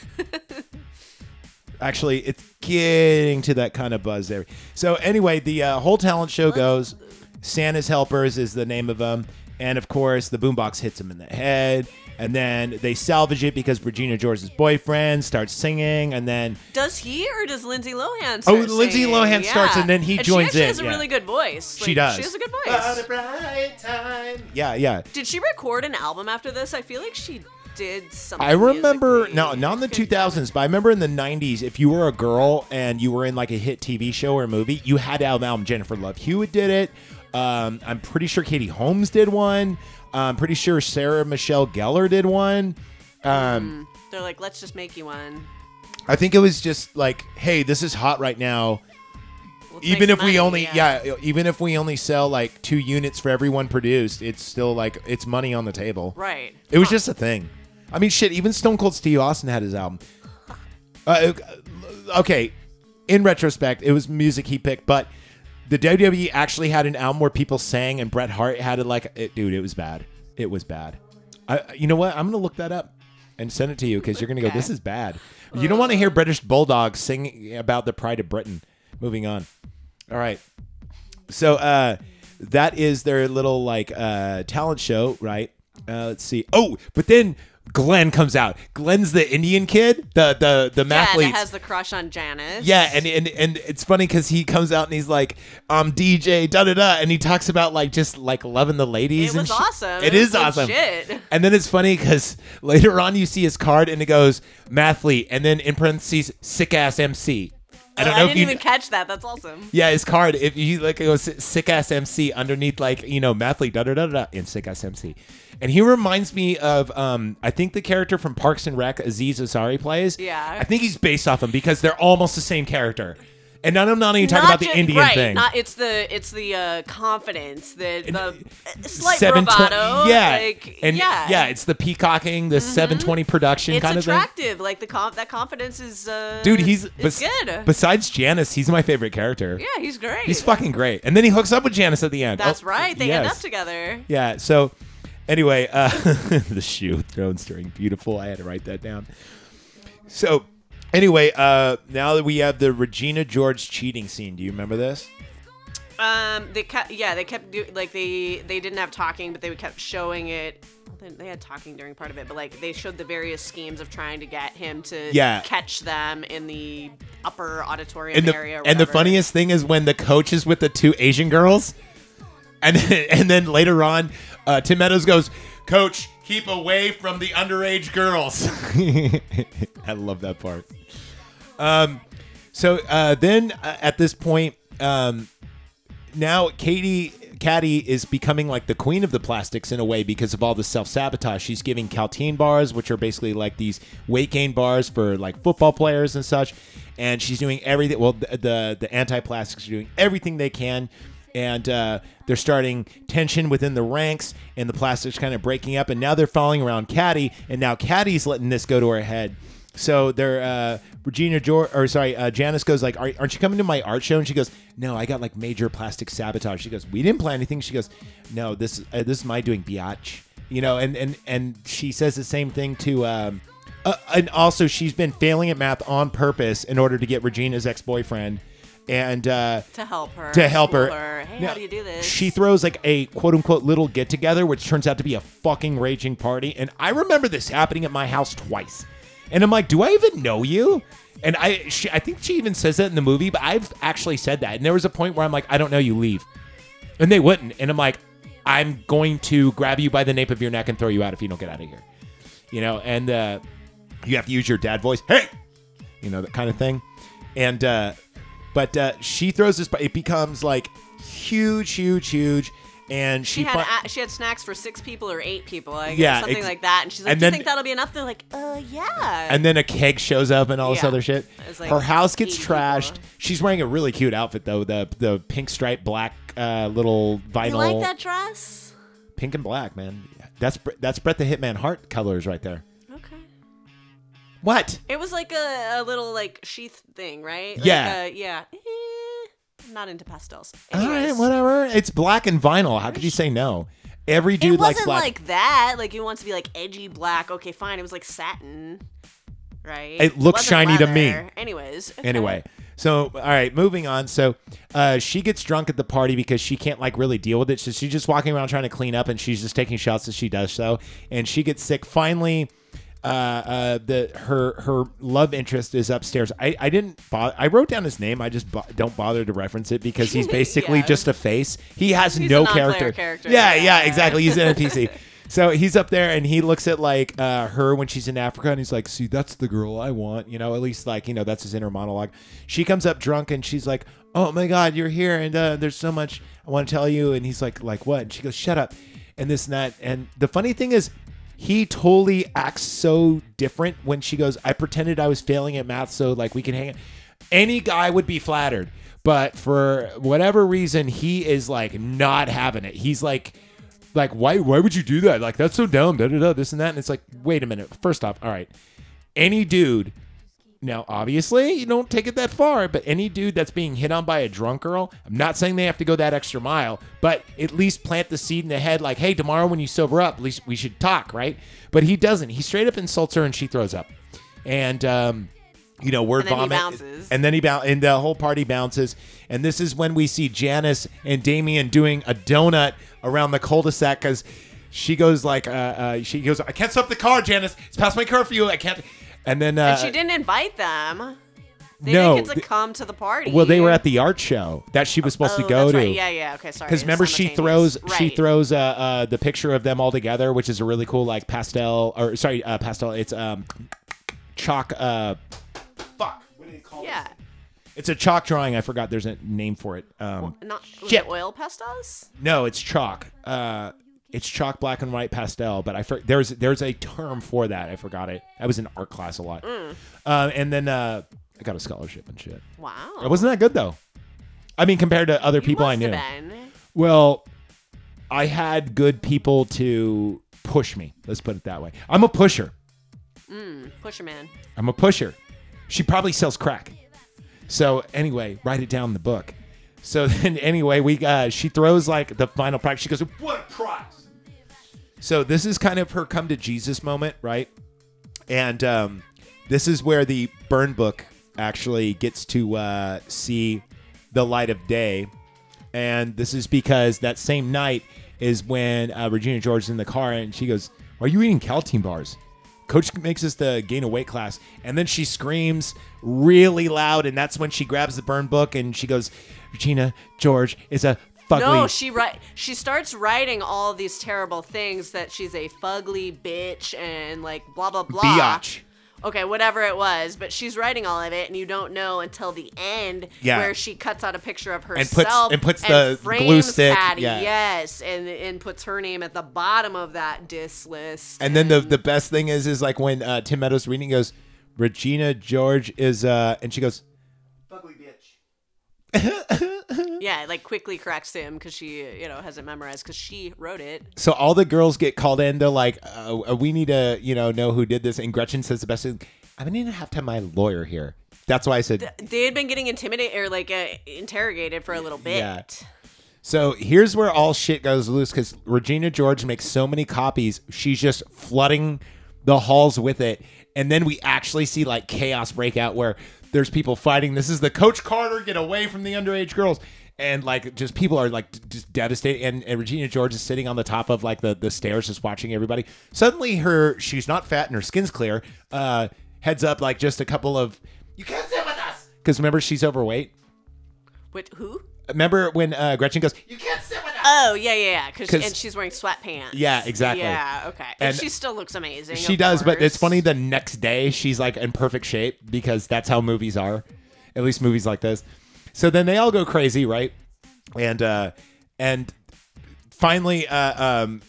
S1: Actually, it's getting to that kind of buzz there. So anyway, the uh, whole talent show goes. Santa's helpers is the name of them, and of course, the boombox hits him in the head, and then they salvage it because Regina George's boyfriend starts singing, and then
S2: Does he or does Lindsay Lohan? Start
S1: Oh, Lindsay
S2: singing?
S1: Lohan starts
S2: Yeah.
S1: and then he
S2: and
S1: joins
S2: she actually
S1: in,
S2: Has a
S1: yeah.
S2: really good voice.
S1: She
S2: Like,
S1: does.
S2: She has a good voice.
S1: By the yeah, yeah.
S2: Did she record an album after this? I feel like she did something.
S1: I remember no, not in the 2000s, but I remember in the 90s. If you were a girl and you were in like a hit TV show or movie, you had to have an album. Jennifer Love Hewitt did it. Um, I'm pretty sure Katie Holmes did one. I'm pretty sure Sarah Michelle Gellar did one. Um,
S2: They're like, let's just make you one.
S1: I think it was just like, hey, this is hot right now.
S2: Let's make
S1: even
S2: some
S1: if we
S2: money,
S1: only
S2: yeah.
S1: yeah. even if we only sell like two units for every one produced, it's still like it's money on the table.
S2: Right.
S1: It was just a thing. I mean, shit. Even Stone Cold Steve Austin had his album. Uh, okay, in retrospect, it was music he picked, but the WWE actually had an album where people sang, and Bret Hart had it like, it, dude, it was bad. It was bad. I, uh, you know what? I'm gonna look that up and send it to you because you're gonna go,
S7: Okay.
S1: this is bad. You don't want to hear British bulldogs sing about the pride of Britain. Moving on. All right. So uh, that is their little like uh, talent show, right? Uh, let's see. Oh, but then Glenn comes out. Glenn's the Indian kid, the the the
S2: Yeah,
S1: mathlete.
S2: that has the crush on Janice.
S1: Yeah, and and, and it's funny because he comes out and he's like, um, DJ, da da da, and he talks about like just like loving the ladies.
S2: It
S1: and
S2: was
S1: shit.
S2: awesome.
S1: It
S2: It
S1: is
S2: was
S1: awesome.
S2: legit.
S1: And then it's funny because later on you see his card and it goes mathlete, and then in parentheses, sick ass MC. I don't
S2: Oh,
S1: know
S2: I
S1: if
S2: didn't
S1: you.
S2: even catch that. That's awesome.
S1: yeah, his card. If you like, it goes sick ass MC underneath, like you know, mathlete, da da da da, and sick ass MC. And he reminds me of, um, I think the character from Parks and Rec, Aziz Ansari plays.
S2: Yeah.
S1: I think he's based off him because they're almost the same character. And now I'm not even talking
S2: Not
S1: about the
S2: ju-
S1: Indian
S2: right,
S1: thing.
S2: Not, it's the it's the uh, confidence, the, the uh, slight
S1: 720
S2: bravado.
S1: yeah,
S2: like,
S1: and
S2: yeah, Mm-hmm.
S1: it's the peacocking, the 720 production
S2: It's
S1: kind of thing.
S2: attractive. Like the conf- that confidence is. Uh,
S1: Dude, he's bes-
S2: it's good.
S1: besides Janice, he's my favorite character.
S2: yeah, he's great.
S1: He's fucking great. And then he hooks up with Janice at the end.
S2: That's
S1: Oh,
S2: right. They end
S1: yes.
S2: up together.
S1: Yeah. So, anyway, uh, the shoe thrown during beautiful. I had to write that down. So, anyway, uh, now that we have the Regina George cheating scene, do you remember this?
S2: Um, they kept yeah, they kept do like they they didn't have talking, but they kept showing it. They- They had talking during part of it, but like they showed the various schemes of trying to get him to
S1: Yeah.
S2: catch them in the upper auditorium
S1: and the,
S2: area. or
S1: and the
S2: whatever.
S1: funniest thing is when the coach is with the two Asian girls, and then, and then later on, uh, Tim Meadows goes, "Coach, keep away from the underage girls." I love that part. Um, so uh, then uh, at this point, um, now Katie Caddy is becoming like the queen of the plastics in a way because of all the self sabotage. She's giving Caltine bars, which are basically like these weight gain bars for like football players and such. And she's doing everything. Well, the the, the anti plastics are doing everything they can. And uh, they're starting tension within the ranks, and the plastics kind of breaking up. And now they're following around Caddy, and now Caddy's letting this go to her head. So they're uh, Regina George, or sorry, uh, Janice goes like, Are, "Aren't you coming to my art show?" And she goes, "No, I got like major plastic sabotage." She goes, "We didn't plan anything." She goes, "No, this uh, this is my doing, biatch." You know, and and and she says the same thing to. Um, uh, and also, she's been failing at math on purpose in order to get Regina's ex boyfriend, and uh,
S2: To help her,
S1: to help her.
S2: school her. Hey, how do you do this?
S1: She throws like a quote unquote little get together, which turns out to be a fucking raging party. And I remember this happening at my house twice. And I'm like, do I even know you? And I, she, I think she even says that in the movie, but I've actually said that. And there was a point where I'm like, I don't know you, leave. And they wouldn't. And I'm like, I'm going to grab you by the nape of your neck and throw you out if you don't get out of here. You know, and uh, you have to use your dad voice. Hey, you know that kind of thing and uh but uh she throws this it becomes like huge huge huge and she,
S2: she had
S1: fi-
S2: a- she had snacks for six people or eight people, I guess,
S1: Yeah,
S2: something
S1: ex-
S2: like that. And she's like,
S1: and
S2: "Do you
S1: then-
S2: think that'll be enough?" They're like, "Uh, yeah."
S1: and then a keg shows up and all this
S2: Yeah.
S1: other shit
S2: It's like
S1: her house gets trashed she's wearing a really cute outfit though the the pink stripe black uh little vinyl
S2: you like that dress?
S1: pink and black man that's Bre- that's Brett the Hitman Hart colors right there
S2: Okay.
S1: what
S2: It was like a, a little like sheath thing, right? Like,
S1: Yeah.
S2: uh, yeah. Eh, I'm not into pastels.
S1: all right whatever it's black and vinyl how could you say no every dude
S2: it
S1: likes
S2: wasn't
S1: black
S2: like that. Like you want to be like edgy black. Okay, fine. It was like satin, right?
S1: It looks
S2: wasn't
S1: shiny to me.
S2: leather. Anyways. okay.
S1: Anyway, so all right, moving on. So uh, she gets drunk at the party because she can't like really deal with it. So she's just walking around trying to clean up, and she's just taking shots as she does so, and she gets sick. Finally, uh, uh, the her her love interest is upstairs. I I didn't bo- I wrote down his name. I just bo- don't bother to reference it because he's basically
S7: Yeah.
S1: just a face. He has
S7: He's a
S1: no
S7: non-player
S1: character.
S7: character.
S1: Yeah, yeah, exactly. He's an NPC. So he's up there and he looks at like uh, her when she's in Africa and he's like, "See, that's the girl I want." You know, at least like you know that's his inner monologue. She comes up drunk and she's like, "Oh my God, you're here!" And uh, there's so much I want to tell you. And he's like, "Like what?" And she goes, "Shut up," and this and that. And the funny thing is, he totally acts so different when she goes, I pretended I was failing at math so like we can hang out. Any guy would be flattered. But for whatever reason, he is like not having it. He's like, like, why why would you do that? Like that's so dumb, da da da, this and that. And it's like, wait a minute. First off, all right. Any dude Now, obviously, you don't take it that far, but any dude that's being hit on by a drunk girl, I'm not saying they have to go that extra mile, but at least plant the seed in the head like, hey, tomorrow when you sober up, at least we should talk, right? But he doesn't. He straight up insults her and she throws up. And, um, you know, word
S2: And then he
S1: vomit.
S2: bounces.
S1: And then he boun and the whole party bounces. And this is when we see Janice and Damien doing a donut around the cul-de-sac because she goes like, uh, uh, she goes, I can't stop the car, Janice. It's past my curfew. I can't. And then uh,
S2: and she didn't invite them. They
S1: no,
S2: didn't get to
S1: th-
S2: come to the party.
S1: well, they were at the art show that she was supposed
S2: Oh,
S1: to go
S2: that's
S1: to.
S2: right. Yeah, yeah, okay, sorry,
S1: Because
S2: it's
S1: remember, she
S2: simultaneous.
S1: throws she
S2: Right.
S1: throws uh, uh, the picture of them all together, which is a really cool like pastel or sorry uh, pastel. It's um chalk. Uh, fuck. What do they call
S2: Yeah.
S1: it's a chalk drawing. I forgot. There's a name for it. Um,
S2: Not was
S1: Shit.
S2: it oil pastels?
S1: no, it's chalk. Uh, it's chalk black and white pastel. But I for, there's there's a term for that. I forgot it. I was in art class a lot.
S2: Mm.
S1: Um, and then uh, I got a scholarship and shit.
S2: Wow.
S1: It wasn't that good though. I mean, compared to other people I
S2: must
S1: knew.
S2: have been.
S1: Well, I had good people to push me. Let's put it that way. I'm a pusher.
S2: Mm, pusher man.
S1: I'm a pusher. She probably sells crack. So anyway, write it down in the book. So then anyway, we uh, she throws like the final prize. She goes, "What a prize!" So this is kind of her come to Jesus moment, right? And um, this is where the burn book actually gets to uh, see the light of day. And this is because that same night is when uh, Regina George is in the car and she goes, Are you eating Caltine bars? Coach makes us the gain of weight class. And then she screams really loud. And that's when she grabs the burn book and she goes, Regina George is a fugly.
S2: No, she write she starts writing all these terrible things that she's a fugly bitch and like blah blah blah.
S1: Biatch.
S2: Okay, whatever it was, but she's writing all of it, and you don't know until the end
S1: Yeah.
S2: where she cuts out a picture of
S1: And puts-
S2: herself
S1: and puts the
S2: frames
S1: glue stick,
S2: Patty,
S1: yeah.
S2: Yes, and and puts her name at the bottom of that diss list.
S1: And then the the best thing is is like when uh, Tim Meadows reading he goes, Regina George is uh and she goes,
S2: yeah, like quickly corrects him because she you know hasn't memorized because she wrote it.
S1: So all the girls get called in. They're like, uh, "We need to, you know, know who did this." And Gretchen says the best thing: "I'm gonna have to have my lawyer here." That's why I said,
S2: They had been getting intimidated or like uh, interrogated for a little bit.
S1: "Yeah." So here's where all shit goes loose because Regina George makes so many copies, she's just flooding the halls with it, and then we actually see like chaos break out where there's people fighting. This is the Coach Carter get away from the underage girls. And like, just people are like d- just devastated. And, and Regina George is sitting on the top of like the, the stairs, just watching everybody. Suddenly, her she's not fat and her skin's clear. Uh, heads up, like just a couple of you can't sit with us because remember she's overweight.
S2: Wait, who?
S1: Remember when uh, Gretchen goes,
S2: You can't sit with us. Oh yeah, yeah, yeah. 'cause-
S1: 'Cause-
S2: and she's wearing sweatpants.
S1: Yeah, exactly.
S2: Yeah, okay. And,
S1: And
S2: she still looks amazing.
S1: She
S2: of
S1: does, but
S2: course.
S1: it's funny. The next day, she's like in perfect shape because that's how movies are, at least movies like this. So then they all go crazy, right? And uh, and finally, uh, um,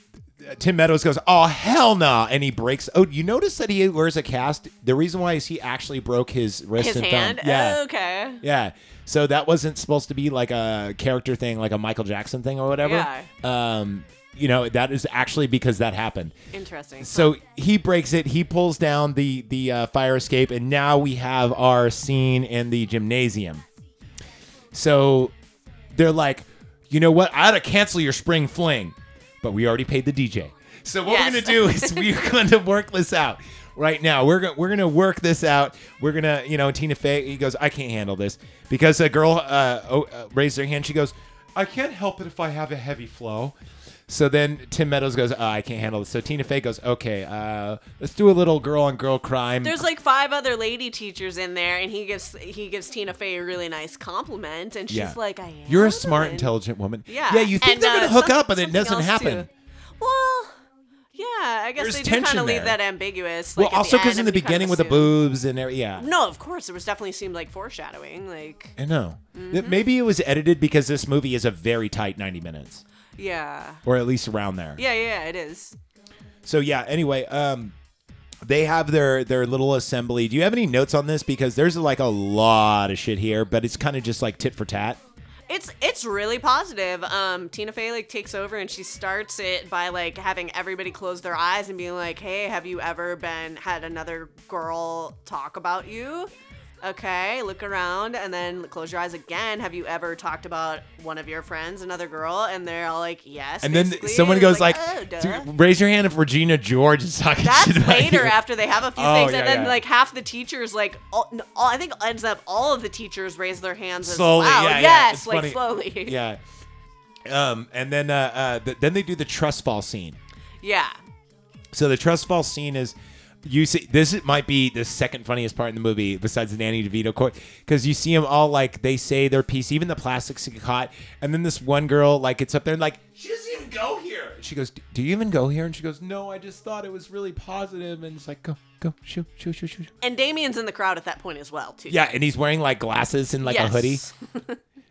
S1: Tim Meadows goes, "Oh hell no!" and he breaks. Oh, you notice that he wears a cast. The reason why is he actually broke his wrist
S2: His
S1: and
S2: hand.
S1: thumb. Yeah.
S2: Oh, okay.
S1: Yeah. So that wasn't supposed to be like a character thing, like a Michael Jackson thing or whatever.
S2: Yeah.
S1: Um, you know, that is actually because that happened.
S2: Interesting.
S1: So he breaks it. He pulls down the the uh, fire escape, and now we have our scene in the gymnasium. So they're like, you know what? I ought to cancel your spring fling, but we already paid the DJ. So what we're
S11: Yes.
S1: gonna do is we're gonna work this out right now. We're gonna we're gonna work this out. We're gonna you know Tina Fey. He goes, I can't handle this because a girl uh, oh, uh, raised her hand. She goes, I can't help it if I have a heavy flow. So then Tim Meadows goes, oh, I can't handle this. So Tina Fey goes, okay, uh, let's do a little girl on girl crime.
S2: There's like five other lady teachers in there, and he gives he gives Tina Fey a really nice compliment, and she's
S1: Yeah.
S2: like, "I am."
S1: You're a smart, intelligent woman.
S2: Yeah.
S1: Yeah, you think
S2: And,
S1: they're
S2: uh,
S1: gonna hook
S2: some-
S1: up, but it
S2: something
S1: doesn't
S2: else,
S1: happen.
S2: too. Well, yeah, I guess
S1: There's
S2: they do kind
S1: tension
S2: of leave
S1: there.
S2: that ambiguous.
S1: Well,
S2: like, at
S1: also
S2: because
S1: because in the beginning with the boobs and every, yeah,
S2: No, of course, it was definitely seemed like foreshadowing. Like,
S1: I know.
S2: Mm-hmm.
S1: That Maybe it was edited because this movie is a very tight 90 minutes,
S2: yeah,
S1: or at least around there.
S2: yeah, yeah, it is.
S1: So yeah. Anyway, um, they have their their little assembly. Do you have any notes on this? Because there's like a lot of shit here, but it's kind of just like tit for tat.
S2: It's it's really positive. Um, Tina Fey like takes over and she starts it by like having everybody close their eyes and being like, "Hey, have you ever been had another girl talk about you?" Okay, look around and then close your eyes again. Have you ever talked about one of your friends, another girl? And they're all like, "Yes."
S1: and then
S2: basically.
S1: someone
S2: And it's
S1: goes like,
S2: "Oh,
S1: "Dude,
S2: duh."
S1: raise your hand if Regina George is talking
S2: That's
S1: shit about
S2: later
S1: you."
S2: after they have a few
S1: Oh,
S2: things,
S1: yeah,
S2: and then
S1: yeah.
S2: like half the teachers, like all, no, all, I think ends up all of the teachers raise their hands as
S1: slowly.
S2: wow,
S1: yeah, yeah,
S2: yes,
S1: it's
S2: like
S1: funny.
S2: slowly,
S1: Yeah. Um, and then uh, uh, th- then they do the trust fall scene.
S2: yeah.
S1: So the trust fall scene is you see this is- might be the second funniest part in the movie besides the Danny DeVito quote because you see them all like they say their piece, even the plastics get caught, and then this one girl like gets up there and like she doesn't even go here. And she goes, "Do- "Do you even go here?" And she goes, "No, I just thought it was really positive." And it's like, "Go, go, shoot, shoot, shoot, shoot."
S2: And Damien's in the crowd at that point as well, too.
S1: Yeah, and he's wearing like glasses and like a hoodie,
S2: Yes.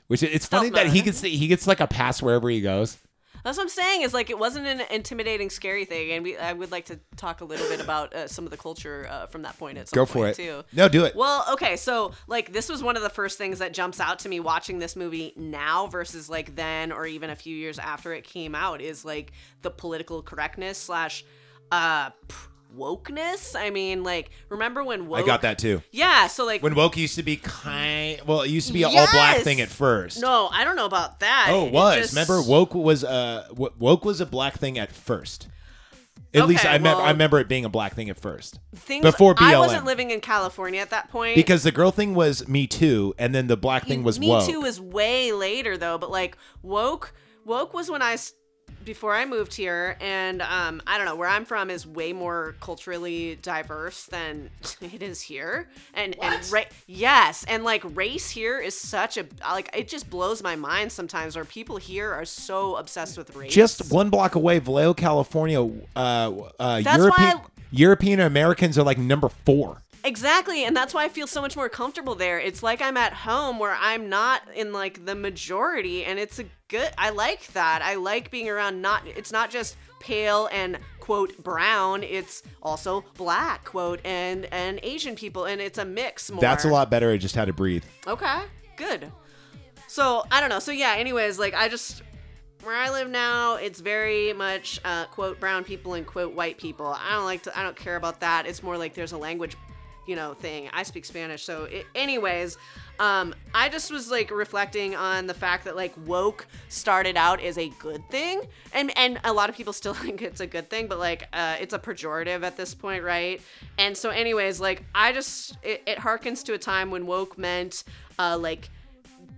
S1: which it's funny that he gets he gets like a pass wherever he goes.
S2: That's what I'm saying. Is like it wasn't an intimidating, scary thing, and we I would like to talk a little bit about uh, some of the culture uh, from that point. At some
S1: Go for
S2: point,
S1: it.
S2: Too.
S1: No, do it.
S2: Well, okay. So like this was one of the first things that jumps out to me watching this movie now versus like then or even a few years after it came out is like the political correctness slash uh pff, wokeness. I mean, like remember when woke?
S1: I got that too.
S2: Yeah. So like
S1: when woke used to be kind, well, it used to be an all black
S2: Yes!
S1: thing at first.
S2: No, I don't know about that.
S1: oh, it was.
S2: just-
S1: Remember, woke was uh, wo- woke was a black thing at first. At least
S2: Okay,
S1: I remember.
S2: well-
S1: I remember it being a black thing at first.
S2: Things,
S1: before BLM,
S2: I wasn't living in California at that point.
S1: because the girl thing was Me Too, and then the black thing was
S2: Me
S1: woke.
S2: Too is way later though, but like woke woke was when I s- before I moved here, and um, I don't know where I'm from is way more culturally diverse than it is here, and and right yes, and like race here is such a like it just blows my mind sometimes where people here are so obsessed with race.
S1: Just one block away, Vallejo, California. Uh, uh,
S2: That's
S1: European
S2: why-
S1: European Americans are like number four.
S2: Exactly, and that's why I feel so much more comfortable there. It's like I'm at home where I'm not in like the majority, and it's a good. I like that. I like being around not. It's not just pale and quote brown. It's also black quote and and Asian people, and it's a mix. More.
S1: That's a lot better. I just had to breathe.
S2: Okay, good. So I don't know. So yeah. Anyways, like I just where I live now, it's very much uh, quote brown people and quote white people. I don't like to. I don't care about that. It's more like there's a language, you know, thing. I speak Spanish, so it, anyways, um, I just was like reflecting on the fact that like woke started out as a good thing, and and a lot of people still think it's a good thing, but like uh, it's a pejorative at this point, right? And so, anyways, like I just it, it harkens to a time when woke meant uh, like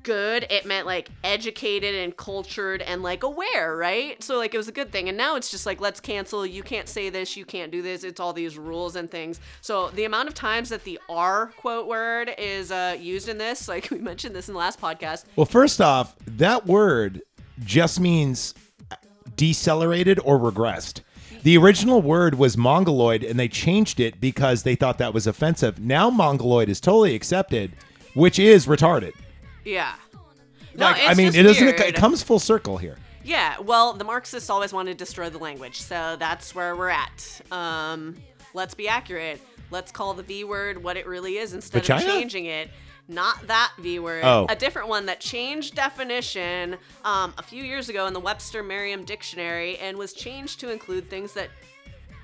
S2: good it meant like educated and cultured and like aware right so like it was a good thing and now it's just like let's cancel you can't say this you can't do this it's all these rules and things so the amount of times that the r quote word is uh used in this like we mentioned this in the last podcast
S1: Well, first off, that word just means decelerated or regressed. The original word was mongoloid, and they changed it because they thought that was offensive. Now mongoloid is totally accepted, which is retarded.
S2: yeah no,
S1: Like,
S2: it's
S1: I mean,
S2: just
S1: it doesn't.
S2: weird.
S1: It comes full circle here.
S2: Yeah, well, the Marxists always wanted to destroy the language, so that's where we're at. Um, let's be accurate. Let's call the V word what it really is instead
S1: Vagina?
S2: of changing it. Not that V word,
S1: Oh.
S2: a different one that changed definition um, a few years ago in the Webster Merriam Dictionary and was changed to include things that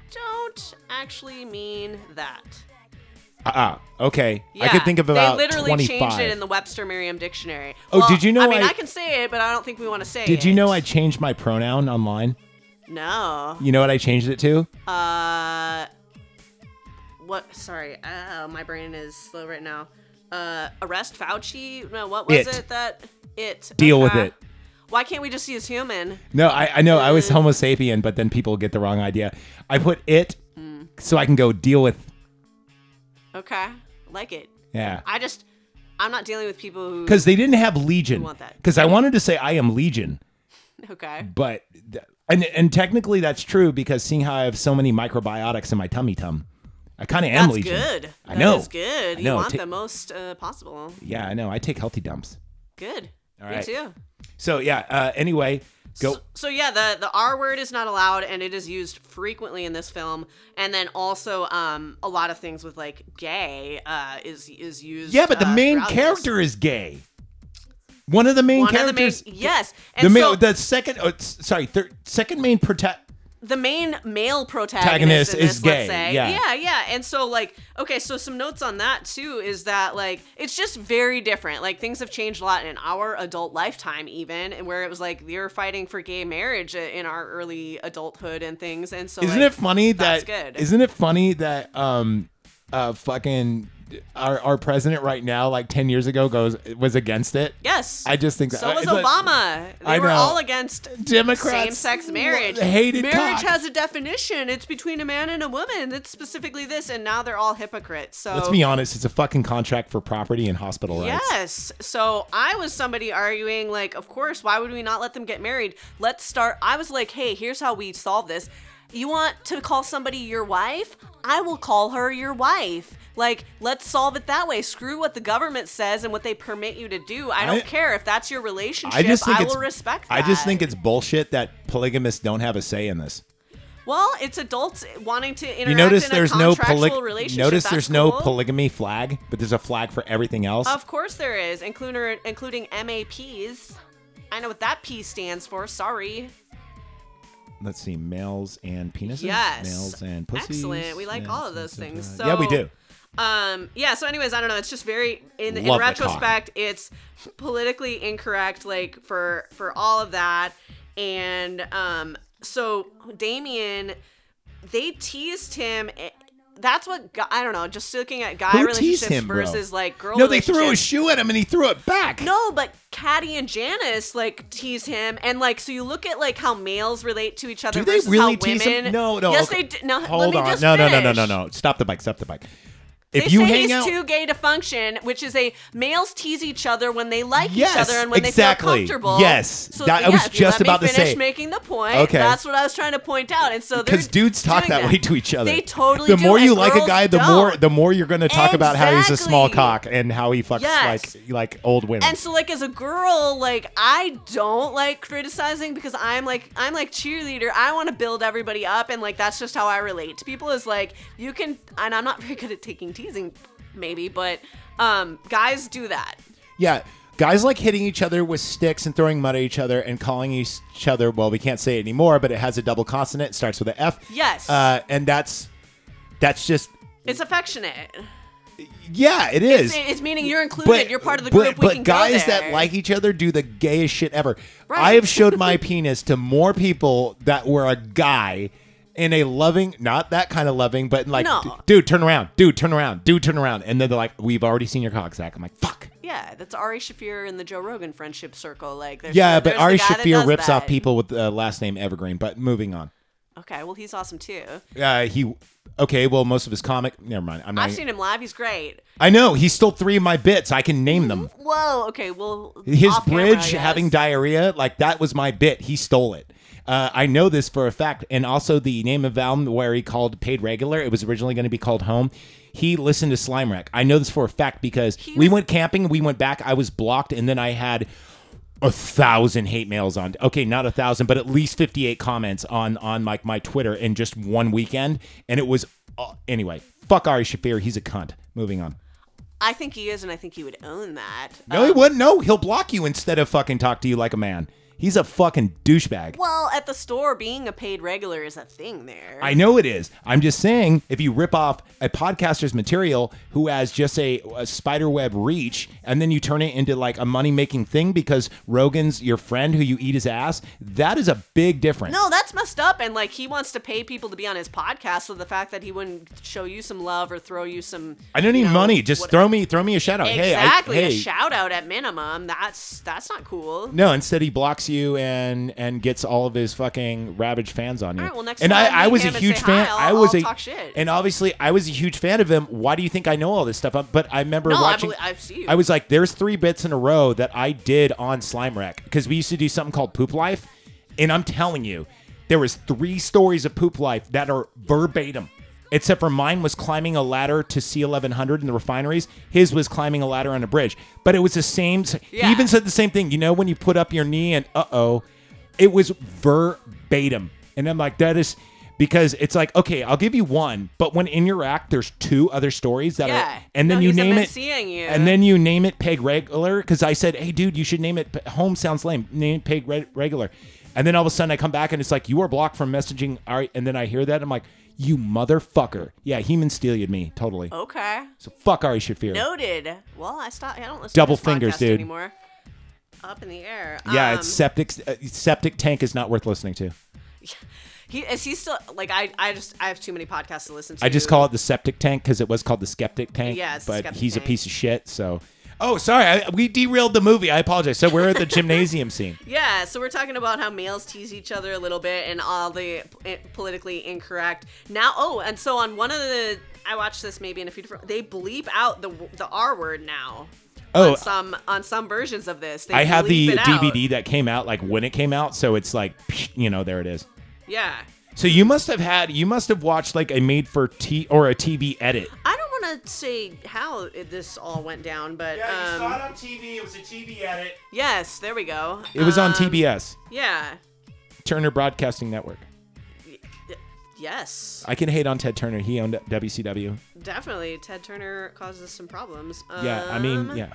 S2: don't actually mean that.
S1: Uh-uh. Okay, I could think of about
S2: They literally
S1: twenty-five.
S2: changed it in the Webster Merriam Dictionary.
S1: Oh,
S2: Well,
S1: did you know
S2: I mean,
S1: I-
S2: I, can say it, but I don't think we want to say it.
S1: Did you know I changed my pronoun online?
S2: No.
S1: You know what I changed it to?
S2: Uh, what? Sorry, uh, my brain is slow right now. Uh, arrest Fauci? No, what was
S1: It.
S2: it, that it?
S1: Deal with
S2: okay.
S1: it.
S2: Why can't we just use human?
S1: No, I, I know I
S2: Mm.
S1: was Homo sapien, but then people get the wrong idea. I put it
S2: Mm.
S1: so I can go deal with.
S2: Okay, like it.
S1: Yeah.
S2: I just, I'm not dealing with people who.
S1: Because they didn't have Legion.
S2: You want that.
S1: Because I wanted to say I am Legion,
S2: Okay.
S1: but th- and and technically that's true because seeing how I have so many microbiotics in my tummy tum, I kind of am
S2: That's
S1: Legion.
S2: good.
S1: I know.
S2: That's good.
S1: I
S2: You
S1: know.
S2: want
S1: Ta-
S2: the most uh, possible.
S1: Yeah, I know. I take healthy dumps.
S2: Good.
S1: All
S2: Me
S1: right.
S2: too.
S1: So yeah. Uh, anyway, go.
S2: So yeah, the the R word is not allowed, and it is used frequently in this film. And then also, um, a lot of things with like gay, uh, is is used.
S1: yeah, but the
S2: uh,
S1: main
S2: throughout this.
S1: character is gay. One of the main
S2: One of the main-
S1: characters.
S2: yes,
S1: the
S2: and
S1: main,
S2: so-
S1: the second. Oh, s- sorry, thir- second main prota-
S2: the main male protagonist
S1: Protagonist
S2: in
S1: is
S2: this,
S1: gay,
S2: Let's say.
S1: yeah.
S2: yeah, yeah. And so like, okay, so some notes on that too is that like it's just very different. Like things have changed a lot in our adult lifetime, even, and where it was like they were fighting for gay marriage i- in our early adulthood and things. And so
S1: isn't
S2: like,
S1: it funny
S2: that's
S1: that?
S2: good.
S1: not it funny that um, uh, fucking our our president right now, like ten years ago, goes was against it.
S2: Yes.
S1: I just think uh,
S2: So
S1: I-
S2: was
S1: but-
S2: Obama. They
S1: I
S2: were
S1: know.
S2: all against
S1: Democrats
S2: same-sex marriage.
S1: hated
S2: marriage
S1: cock.
S2: has a definition. It's between a man and a woman. It's specifically this, and now they're all hypocrites. So
S1: Let's be honest. It's a fucking contract for property and hospital rights.
S2: Yes. So I was somebody arguing, like, of course, why would we not let them get married? Let's start. I was like, hey, here's how we solve this. You want to call somebody your wife? I will call her your wife. Like, let's solve it that way. Screw what the government says and what they permit you to do. I don't
S1: I-
S2: care if that's your relationship.
S1: I just think
S2: I
S1: it's,
S2: will respect that.
S1: I just think it's bullshit that polygamists don't have a say in this.
S2: Well, it's adults wanting to interact
S1: you notice
S2: in a
S1: there's no
S2: contractual
S1: poly-
S2: relationship.
S1: notice
S2: That's
S1: there's no
S2: cool.
S1: polygamy flag, but there's a flag for everything else.
S2: Of course there is, including including MAPs. I know what that P stands for. Sorry.
S1: Let's see, males and penises,
S2: Yes.
S1: males and pussies.
S2: Excellent. We like all of those things. So
S1: yeah, we do.
S2: Um. Yeah. So, anyways, I don't know. It's just very in, in
S1: Love the
S2: retrospect, it's politically incorrect, like for for all of that, and um. So Damien, they teased him. eh, That's what gu- I don't know. Just looking at guy
S1: Who teased
S2: relationships
S1: him, bro?
S2: versus like girl.
S1: No, they threw a
S2: relationships.
S1: shoe at him and he threw it back.
S2: No, but Caddy and Janice like tease him, and like so you look at like how males relate to each other
S1: Do they
S2: versus
S1: really
S2: how women.
S1: tease him? No, no.
S2: Yes,
S1: okay.
S2: they do. No,
S1: hold
S2: let me
S1: on.
S2: just
S1: no, no, no,
S2: finish.
S1: no, no, no. Stop the bike. Stop the bike.
S2: They
S1: If you
S2: say
S1: hang
S2: he's
S1: out,
S2: too gay to function, which is a males tease each other when they like each
S1: Yes,
S2: other and when they feel
S1: exactly.
S2: comfortable.
S1: Yes.
S2: so,
S1: That- I
S2: yeah,
S1: was
S2: if you
S1: just
S2: let me
S1: about to
S2: finish
S1: say-
S2: making the point.
S1: Okay.
S2: that's what I was trying to point out. And so they're
S1: because dudes talk
S2: doing
S1: that way to each other.
S2: They totally.
S1: The
S2: do,
S1: more
S2: and
S1: you like a
S2: girls
S1: guy, the
S2: don't.
S1: more the more you're going to talk about how he's a small cock and how he fucks
S2: Yes.
S1: like like old women.
S2: And so like as a girl, like I don't like criticizing because I'm like I'm like cheerleader. I want to build everybody up and like that's just how I relate to people is like you can and I'm not very good at taking teasing maybe, but um guys do that.
S1: Yeah, guys like hitting each other with sticks and throwing mud at each other and calling each other. Well, we can't say it anymore, but it has a double consonant. It starts with a F.
S2: Yes.
S1: uh, and that's that's just
S2: it's affectionate.
S1: yeah, it is.
S2: It's, it's meaning you're included,
S1: but,
S2: you're part of the
S1: but,
S2: group. we
S1: but
S2: can
S1: guys
S2: go there.
S1: that like each other do the gayest shit ever. I
S2: Right.
S1: have showed my penis to more people that were a guy in a loving, not that kind of loving, but like,
S2: No.
S1: "D- dude, turn around, dude, turn around, dude, turn around, and then they're like, we've already seen your cock, Zach. I'm like, fuck.
S2: Yeah, that's Ari Shafir in the Joe Rogan friendship circle. Like, there's
S1: Yeah,
S2: there's
S1: but
S2: the
S1: Ari
S2: guy that
S1: Shafir
S2: does
S1: rips
S2: that.
S1: off people with the last name Evergreen. But moving on.
S2: Okay, well he's awesome too.
S1: Uh, he okay. Well, most of his comic. Never mind. I'm not.
S2: I've seen him live. He's great.
S1: I know he stole three of my bits. I can name them.
S2: Whoa. Okay. Well,
S1: His
S2: off camera, I
S1: bridge
S2: guess.
S1: having diarrhea, like that was my bit. He stole it. Uh, I know this for a fact. And also the name of Valm where he called paid regular. It was originally going to be called home. He listened to Slime Rack. I know this for a fact because we went camping. We went back. I was blocked, and then I had a thousand hate mails on okay not a thousand but at least 58 comments on on like my twitter in just one weekend and it was uh, anyway fuck ari shafir he's a cunt moving on
S2: I think he is, and I think he would own that. Uh,
S1: no he wouldn't no he'll block you instead of fucking talk to you like a man he's a fucking douchebag
S2: Well, at the store, being a paid regular is a thing there.
S1: I know it is. I'm just saying, if you rip off a podcaster's material who has just a, a spiderweb reach, and then you turn it into like a money making thing because Rogan's your friend who you eat his ass, that is a big difference.
S2: No, that's messed up. And like, he wants to pay people to be on his podcast. So the fact that he wouldn't show you some love or throw you some
S1: I don't need money. Just throw me, throw me a shout out.
S2: exactly
S1: Hey, I,
S2: a
S1: hey.
S2: shout out at minimum. That's that's not cool.
S1: no, instead he blocks you and and gets all of his fucking ravaged fans on you.
S2: Alright, well, next
S1: and
S2: time
S1: I, I
S2: meet
S1: was a
S2: him and
S1: huge
S2: say
S1: fan.
S2: hi, I'll-
S1: I was
S2: I'll
S1: a
S2: talk shit.
S1: and obviously I was a huge fan of him. Why do you think I know all this stuff? Um, But I remember
S2: No, I
S1: watching.
S2: belie- I've seen you.
S1: I was like, there's three bits in a row that I did on Slime Wreck because we used to do something called Poop Life, and I'm telling you, there was three stories of Poop Life that are verbatim. Except for mine was climbing a ladder to C1100 in the refineries. His was climbing a ladder on a bridge. But it was the same. He even said the same thing. You know, when you put up your knee and uh oh, it was verbatim. And I'm like, that is
S12: because it's like okay, I'll give you one, but when in your act there's two other stories that
S2: Yeah.
S12: are, and then
S2: No,
S12: you
S2: he's
S12: name
S2: been
S12: it,
S2: seeing you.
S12: and then you name it Peg Regular because I said, hey dude, you should name it Home sounds lame, name it Peg Re- Regular, and then all of a sudden I come back and it's like you are blocked from messaging. All right, and then I hear that I'm like, you motherfucker, yeah, human steeled me totally.
S2: Okay.
S12: So fuck Ari Shafir.
S2: Noted. Well, I stopped. I don't listen
S12: Double
S2: to this
S12: fingers,
S2: podcast
S12: dude.
S2: anymore. Up in the air.
S12: Yeah,
S2: Um,
S12: it's septic. Uh, septic tank is not worth listening to.
S2: He is he still like I? I just I have too many podcasts to listen to.
S12: I just call it the septic tank because it was called the skeptic tank.
S2: Yeah, it's the
S12: but
S2: skeptic
S12: he's
S2: tank.
S12: a piece of shit. So, oh, sorry, I, we derailed the movie. I apologize. So we're at the gymnasium scene.
S2: Yeah, so we're talking about how males tease each other a little bit and all the p- politically incorrect. Now, oh, and so on one of the I watched this maybe in a few different. They bleep out the the R word now.
S12: Oh.
S2: on some on some versions of this. They
S12: I have the
S2: bleep it out.
S12: DVD that came out like when it came out, so it's like you know there it is.
S2: Yeah,
S12: So you must have had you must have watched like a made for T or a TV edit.
S2: I don't want to say how it, this all went down, but um,
S12: on TV. It was a TV edit.
S2: Yes, there we go.
S12: It was on
S2: Um,
S12: TBS,
S2: Yeah.
S12: Turner Broadcasting Network.
S2: Yes.
S12: I can hate on Ted Turner. He owned WCW.
S2: Definitely, Ted Turner causes some problems. Um,
S12: Yeah, I mean, yeah.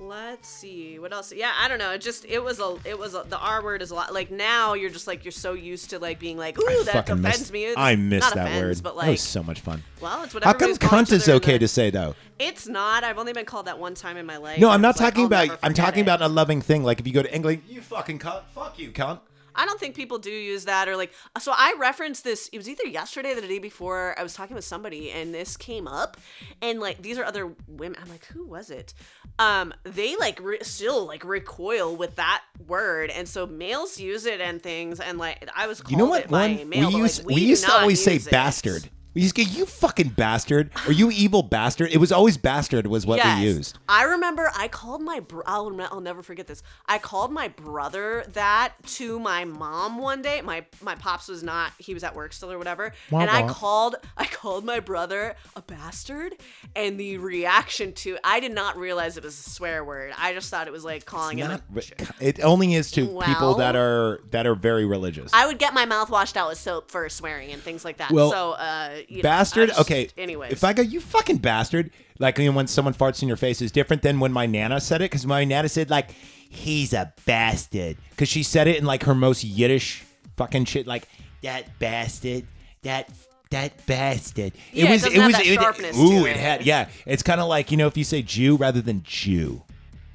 S2: Let's see what else. Yeah, I don't know. It just it was a it was a, the R word is a lot. Like now you're just like you're so used to like being like ooh that
S1: Fucking
S2: offends
S1: miss-
S2: me. It's
S1: I miss
S2: not
S1: that
S2: offends,
S1: word.
S2: But
S1: that
S2: like
S1: was so much fun.
S2: well, it's whatever.
S1: How come cunt is okay to say though?
S2: It's not. I've only been called that one time in my life.
S1: No, I'm not
S2: It's like,
S1: talking
S2: I'll
S1: about.
S2: never
S1: I'm
S2: forget
S1: talking
S2: it.
S1: about a loving thing. Like if you go to England, you fucking cunt. Fuck you, cunt.
S2: I don't think people do use that or like. So I referenced this. It was either yesterday or the day before. I was talking with somebody and this came up, and like these are other women. I'm like, who was it? Um, they like re- still like recoil with that word, and so males use it and things, and like I was. Called
S1: You know what?
S2: It by
S1: One
S2: male,
S1: we
S2: but,
S1: used
S2: like,
S1: we,
S2: do
S1: used to
S2: not
S1: always say
S2: use it.
S1: bastard. We used to go, you fucking bastard, or you evil bastard. It was always bastard was what
S2: Yes.
S1: we used.
S2: I remember I called my bro- I'll, rem- I'll never forget this. I called my brother that to my mom one day. My my pops was not he was at work still or whatever.
S13: Wah,
S2: and I
S13: wah.
S2: called I called my brother a bastard and the reaction to I did not realize it was a swear word. I just thought it was like calling him a
S1: Not, re- it only is to people that
S2: Well.
S1: are that are very religious.
S2: I would get my mouth washed out with soap for swearing and things like that.
S1: Well,
S2: so, uh, you know, I
S1: bastard.
S2: just-
S1: okay.
S2: Anyways,
S1: if I go, you fucking bastard. Like you know, when someone farts in your face is different than when my nana said it because my nana said like, he's a bastard because she said it in like her most Yiddish fucking shit like that bastard that. That bastard.
S12: Yeah, it doesn't have that sharpness
S1: ooh,
S12: to
S1: it
S12: it.
S1: had yeah. It's kind of like you know if you say Jew rather than Jew,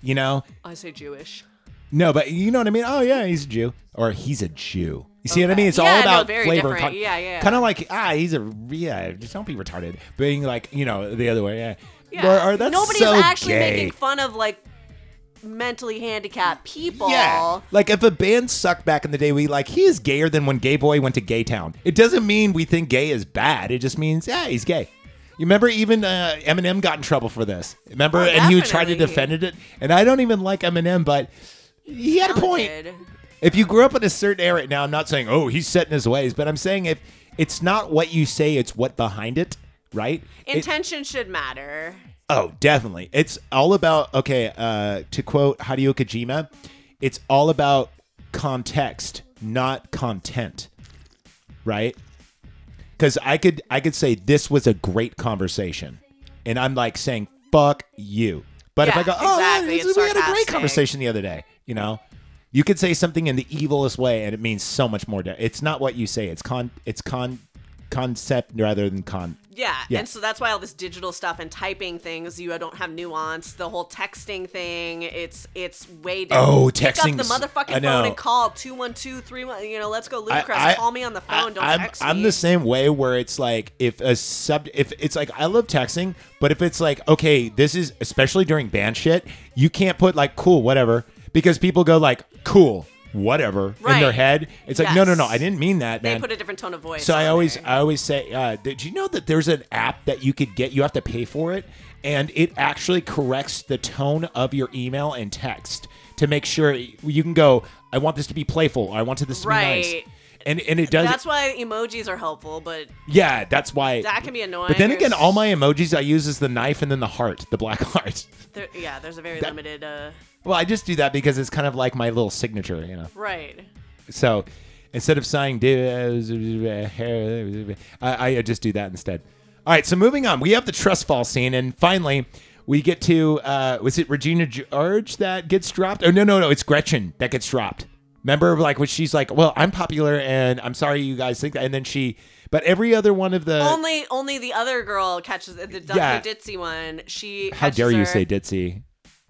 S1: you know.
S2: I say Jewish.
S1: No, but you know what I mean. Oh yeah, he's a Jew, or he's a Jew. You see what I mean? It's
S2: Yeah,
S1: all
S2: no,
S1: about
S2: very
S1: flavor. and
S2: different.
S1: con-
S2: Yeah, yeah.
S1: Kind of like ah, he's a yeah. Just don't be retarded. Being like you know the other way. Yeah.
S2: Yeah.
S1: Or, or that's
S2: Nobody's
S1: so
S2: actually
S1: gay.
S2: making fun of like mentally handicapped people.
S1: Yeah. Like if a band sucked back in the day, we like he is gayer than when Gay Boy went to Gay Town. It doesn't mean we think gay is bad. It just means yeah, he's gay. You remember even uh, Eminem got in trouble for this. Remember,
S12: Oh,
S1: and he tried to
S12: definitely.
S1: defend it. And I don't even like Eminem, but he had a point. If you grew up in a certain era, now I'm not saying oh he's set in his ways, but I'm saying if it's not what you say, it's what behind it, right? It-
S2: Intention should matter.
S1: Oh, definitely. It's all about okay, uh to quote Hideo Kojima, it's all about context, not content. Right? Cuz I could I could say this was a great conversation and I'm like saying fuck you. But if
S12: Yeah,
S1: I go, "Oh, yeah,
S12: exactly.
S1: this-
S12: It's
S1: we had a great
S12: sarcastic.
S1: conversation the other day," you know? You could say something in the evilest way and it means so much more. To, it's not what you say. It's con it's con concept rather than con
S2: Yeah.
S1: Yeah.
S2: And so that's why all this digital stuff and typing things, you don't have nuance. The whole texting thing, it's it's way different.
S1: Oh,
S2: Pick up the
S1: texting's- I
S2: motherfucking
S1: know.
S2: phone and call 21231. You know, let's go
S1: I-
S2: Ludacris.
S1: I-
S2: call me on the phone. don't
S1: I'm,
S2: text
S1: I'm
S2: me.
S1: the same way where it's like if a sub if it's like I love texting, but if it's like okay, this is especially during band shit, you can't put like cool whatever because people go like cool whatever in their
S2: Right.
S1: head. It's like no no no,
S2: Yes.
S1: I didn't mean that.
S2: They
S1: man.
S2: put a different tone of voice.
S1: So I
S2: on
S1: always
S2: there.
S1: I always say, uh, did you know that there's an app that you could get? You have to pay for it, and it actually corrects the tone of your email and text to make sure you can go. I want this to be playful. Or I wanted this to be nice.
S2: Right.
S1: And, and it does
S2: That's why emojis are helpful, but
S1: yeah, that's why.
S2: That can be annoying.
S1: But then
S2: There's-
S1: again, all my emojis I use is the knife and then the heart, the black heart.
S2: there, yeah, there's a very
S1: That-
S2: limited. uh
S1: Well, I just do that because it's kind of like my little signature, you know.
S2: Right.
S1: So, Instead of sighing, I, I just do that instead. All right, so moving on, we have the trust fall scene, and finally, we get to uh, was it Regina George that gets dropped? Oh no, no, no, it's Gretchen that gets dropped. Remember, like when she's like, "Well, I'm popular, and I'm sorry you guys think that," and then she, but every other one of the
S2: only only the other girl catches the Dr.
S1: Yeah.
S2: Ditzy one. She
S1: how
S2: catches
S1: dare you
S2: her.
S1: say ditzy?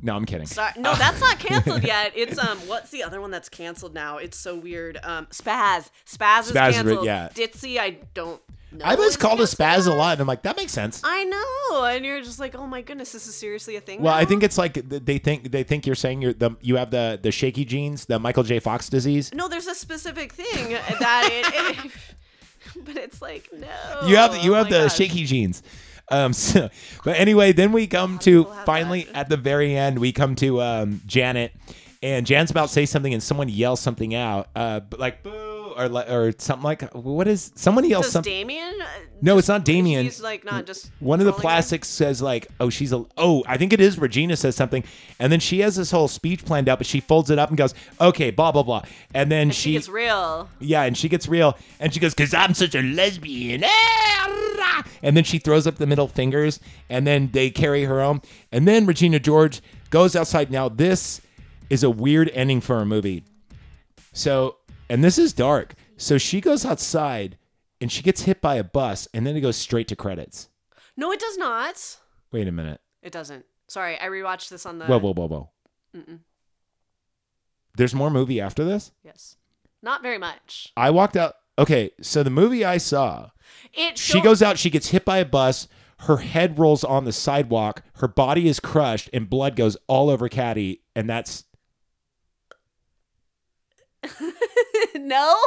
S1: No, I'm kidding.
S2: Sorry. No, that's not canceled yet. It's um, what's the other one that's canceled now? It's so weird. Um, Spaz. Spaz is
S1: Spaz is-
S2: canceled.
S1: yeah.
S2: Ditzy, I don't know.
S1: I was called a spaz a lot, and I'm like, that makes sense.
S2: I know, and you're just like, oh my goodness, this is seriously a thing.
S1: Well, I
S2: now?
S1: think it's like th- they think they think you're saying you're the you have the the shaky genes, the Michael J. Fox disease.
S2: no, there's a specific thing that it. it but it's like no.
S1: you have you
S2: Oh
S1: have
S2: my
S1: the
S2: gosh.
S1: shaky genes. Um, so, but anyway, then we come to finally at the very end, we come to um, Janet, and Jan's about to say something, and someone yells something out, uh, but like boo or li- or something like what is someone yells
S2: Does
S1: something.
S2: Damien? uh,
S1: No, it's not Damien.
S2: He's like not just
S1: One of the plastics says like, "Oh, she's a oh, I think it is Regina says something," and then she has this whole speech planned out, but she folds it up and goes, "Okay, blah blah blah," and then
S2: and she gets real.
S1: yeah, and she gets real, and she goes, "Cause I'm such a lesbian," Ah, rah. and then she throws up the middle fingers, and then they carry her home, and then Regina George goes outside. Now this is a weird ending for a movie, so and this is dark. So she goes outside, and she gets hit by a bus, and then it goes straight to credits.
S2: No, it does not.
S1: Wait a minute.
S2: It doesn't. Sorry, I rewatched this on the.
S1: Whoa, whoa, whoa, whoa.
S2: Mm-mm.
S1: There's more movie after this?
S2: Yes. Not very much.
S1: I walked out. Okay, so the movie I saw,
S2: It
S1: she goes out, she gets hit by a bus, her head rolls on the sidewalk, her body is crushed, and blood goes all over Caddy, and that's
S2: no,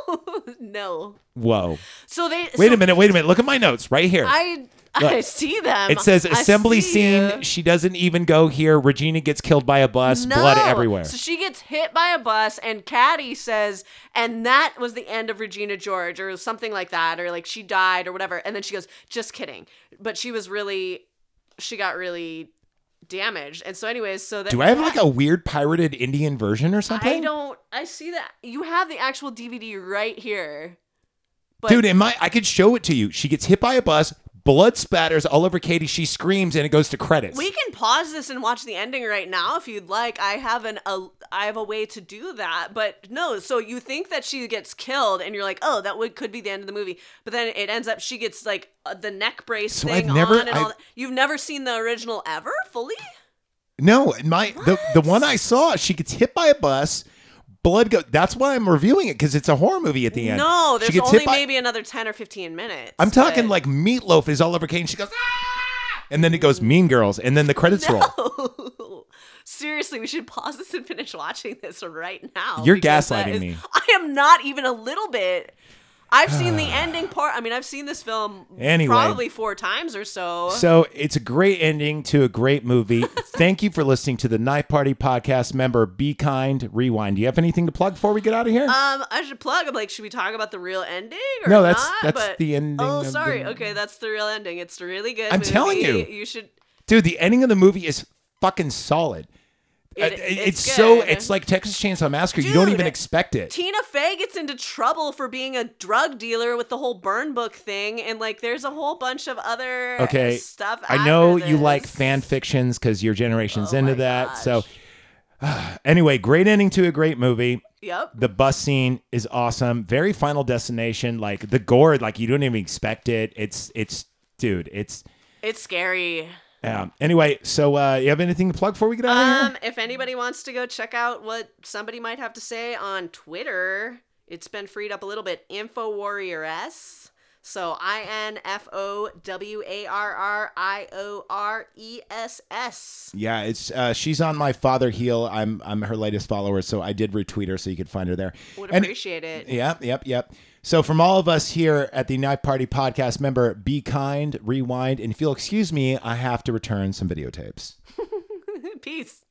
S2: no.
S1: whoa.
S2: So they
S1: Wait
S2: so
S1: a minute, wait a minute. Look at my notes right here.
S2: I I
S1: Look.
S2: see them.
S1: it says
S2: I
S1: assembly
S2: see
S1: scene.
S2: you.
S1: She doesn't even go here. Regina gets killed by a bus,
S2: No.
S1: blood everywhere.
S2: So she gets hit by a bus, and Caddy says, and that was the end of Regina George, or something like that, or like she died, or whatever. And then she goes, just kidding. But she was really, she got really damaged. And so, anyways, so that
S1: Do I have like a weird pirated Indian version or something?
S2: I don't. I see that you have the actual DVD right here. But
S1: Dude, in my I could show it to you. She gets hit by a bus, blood spatters all over Katie, she screams and it goes to credits.
S2: we can pause this and watch the ending right now if you'd like. I have an a, I have a way to do that, but no. So you think that she gets killed, and you're like, oh, that would could be the end of the movie. But then it ends up she gets like uh, the neck brace
S1: So
S2: thing
S1: I've never-
S2: on and all.
S1: I've-
S2: That. You've never seen the original ever fully.
S1: no, my the, the one I saw, she gets hit by a bus, blood go that's why I'm reviewing it cuz it's a horror movie at the end.
S2: No,
S1: She
S2: there's
S1: gets hit
S2: only
S1: by-
S2: maybe another ten or fifteen minutes.
S1: I'm talking like meatloaf is all over Katie. She goes ah! and then it goes mean girls and then the credits roll.
S2: No. Seriously, we should pause this and finish watching this right now.
S1: You're
S2: because that
S1: gaslighting
S2: is-
S1: me.
S2: I am not even a little bit. I've seen the ending part. I mean, I've seen this film
S1: Anyway.
S2: probably four times or so.
S1: So it's a great ending to a great movie. Thank you for listening to the Knife Party podcast. Member, be kind, rewind. Do you have anything to plug before we get out of here?
S2: um, I should plug. I'm like, should we talk about the real ending or
S1: No, that's-
S2: not?
S1: that's
S2: But-
S1: the ending
S2: Oh,
S1: of
S2: sorry.
S1: the-
S2: Okay, that's the real ending. It's a really good.
S1: I'm telling
S2: movie.
S1: you.
S2: you should.
S1: Dude, the ending of the movie is fucking solid.
S2: It-
S1: Uh,
S2: it's
S1: it's so
S2: good.
S1: it's like Texas Chainsaw Massacre. you don't
S2: Dude,
S1: even expect it.
S2: Tina Fey gets into trouble for being a drug dealer with the whole burn book thing, and like, there's a whole bunch of other
S1: Okay,
S2: stuff. Oh
S1: I know you like fan fictions because your generation's into that. So, anyway, great ending to a great movie.
S2: Yep.
S1: The bus scene is awesome. Very Final Destination, like the gore, like you don't even expect it. It's it's dude, it's
S2: It's scary.
S1: um, anyway. So, uh, you have anything to plug before we get out of
S2: Um,
S1: here?
S2: if anybody wants to go check out what somebody might have to say on Twitter, it's been freed up a little bit. Info Warrior S. So I N F O W A R R I O R E S S.
S1: Yeah, it's uh, she's on my father heel. I'm I'm her latest follower, so I did retweet her, so you could find her there.
S2: Would
S1: And-
S2: appreciate it.
S1: Yep, yep, yep. So, from all of us here at the Knife Party podcast, member, be kind, rewind, and if you'll excuse me, I have to return some videotapes.
S2: Peace.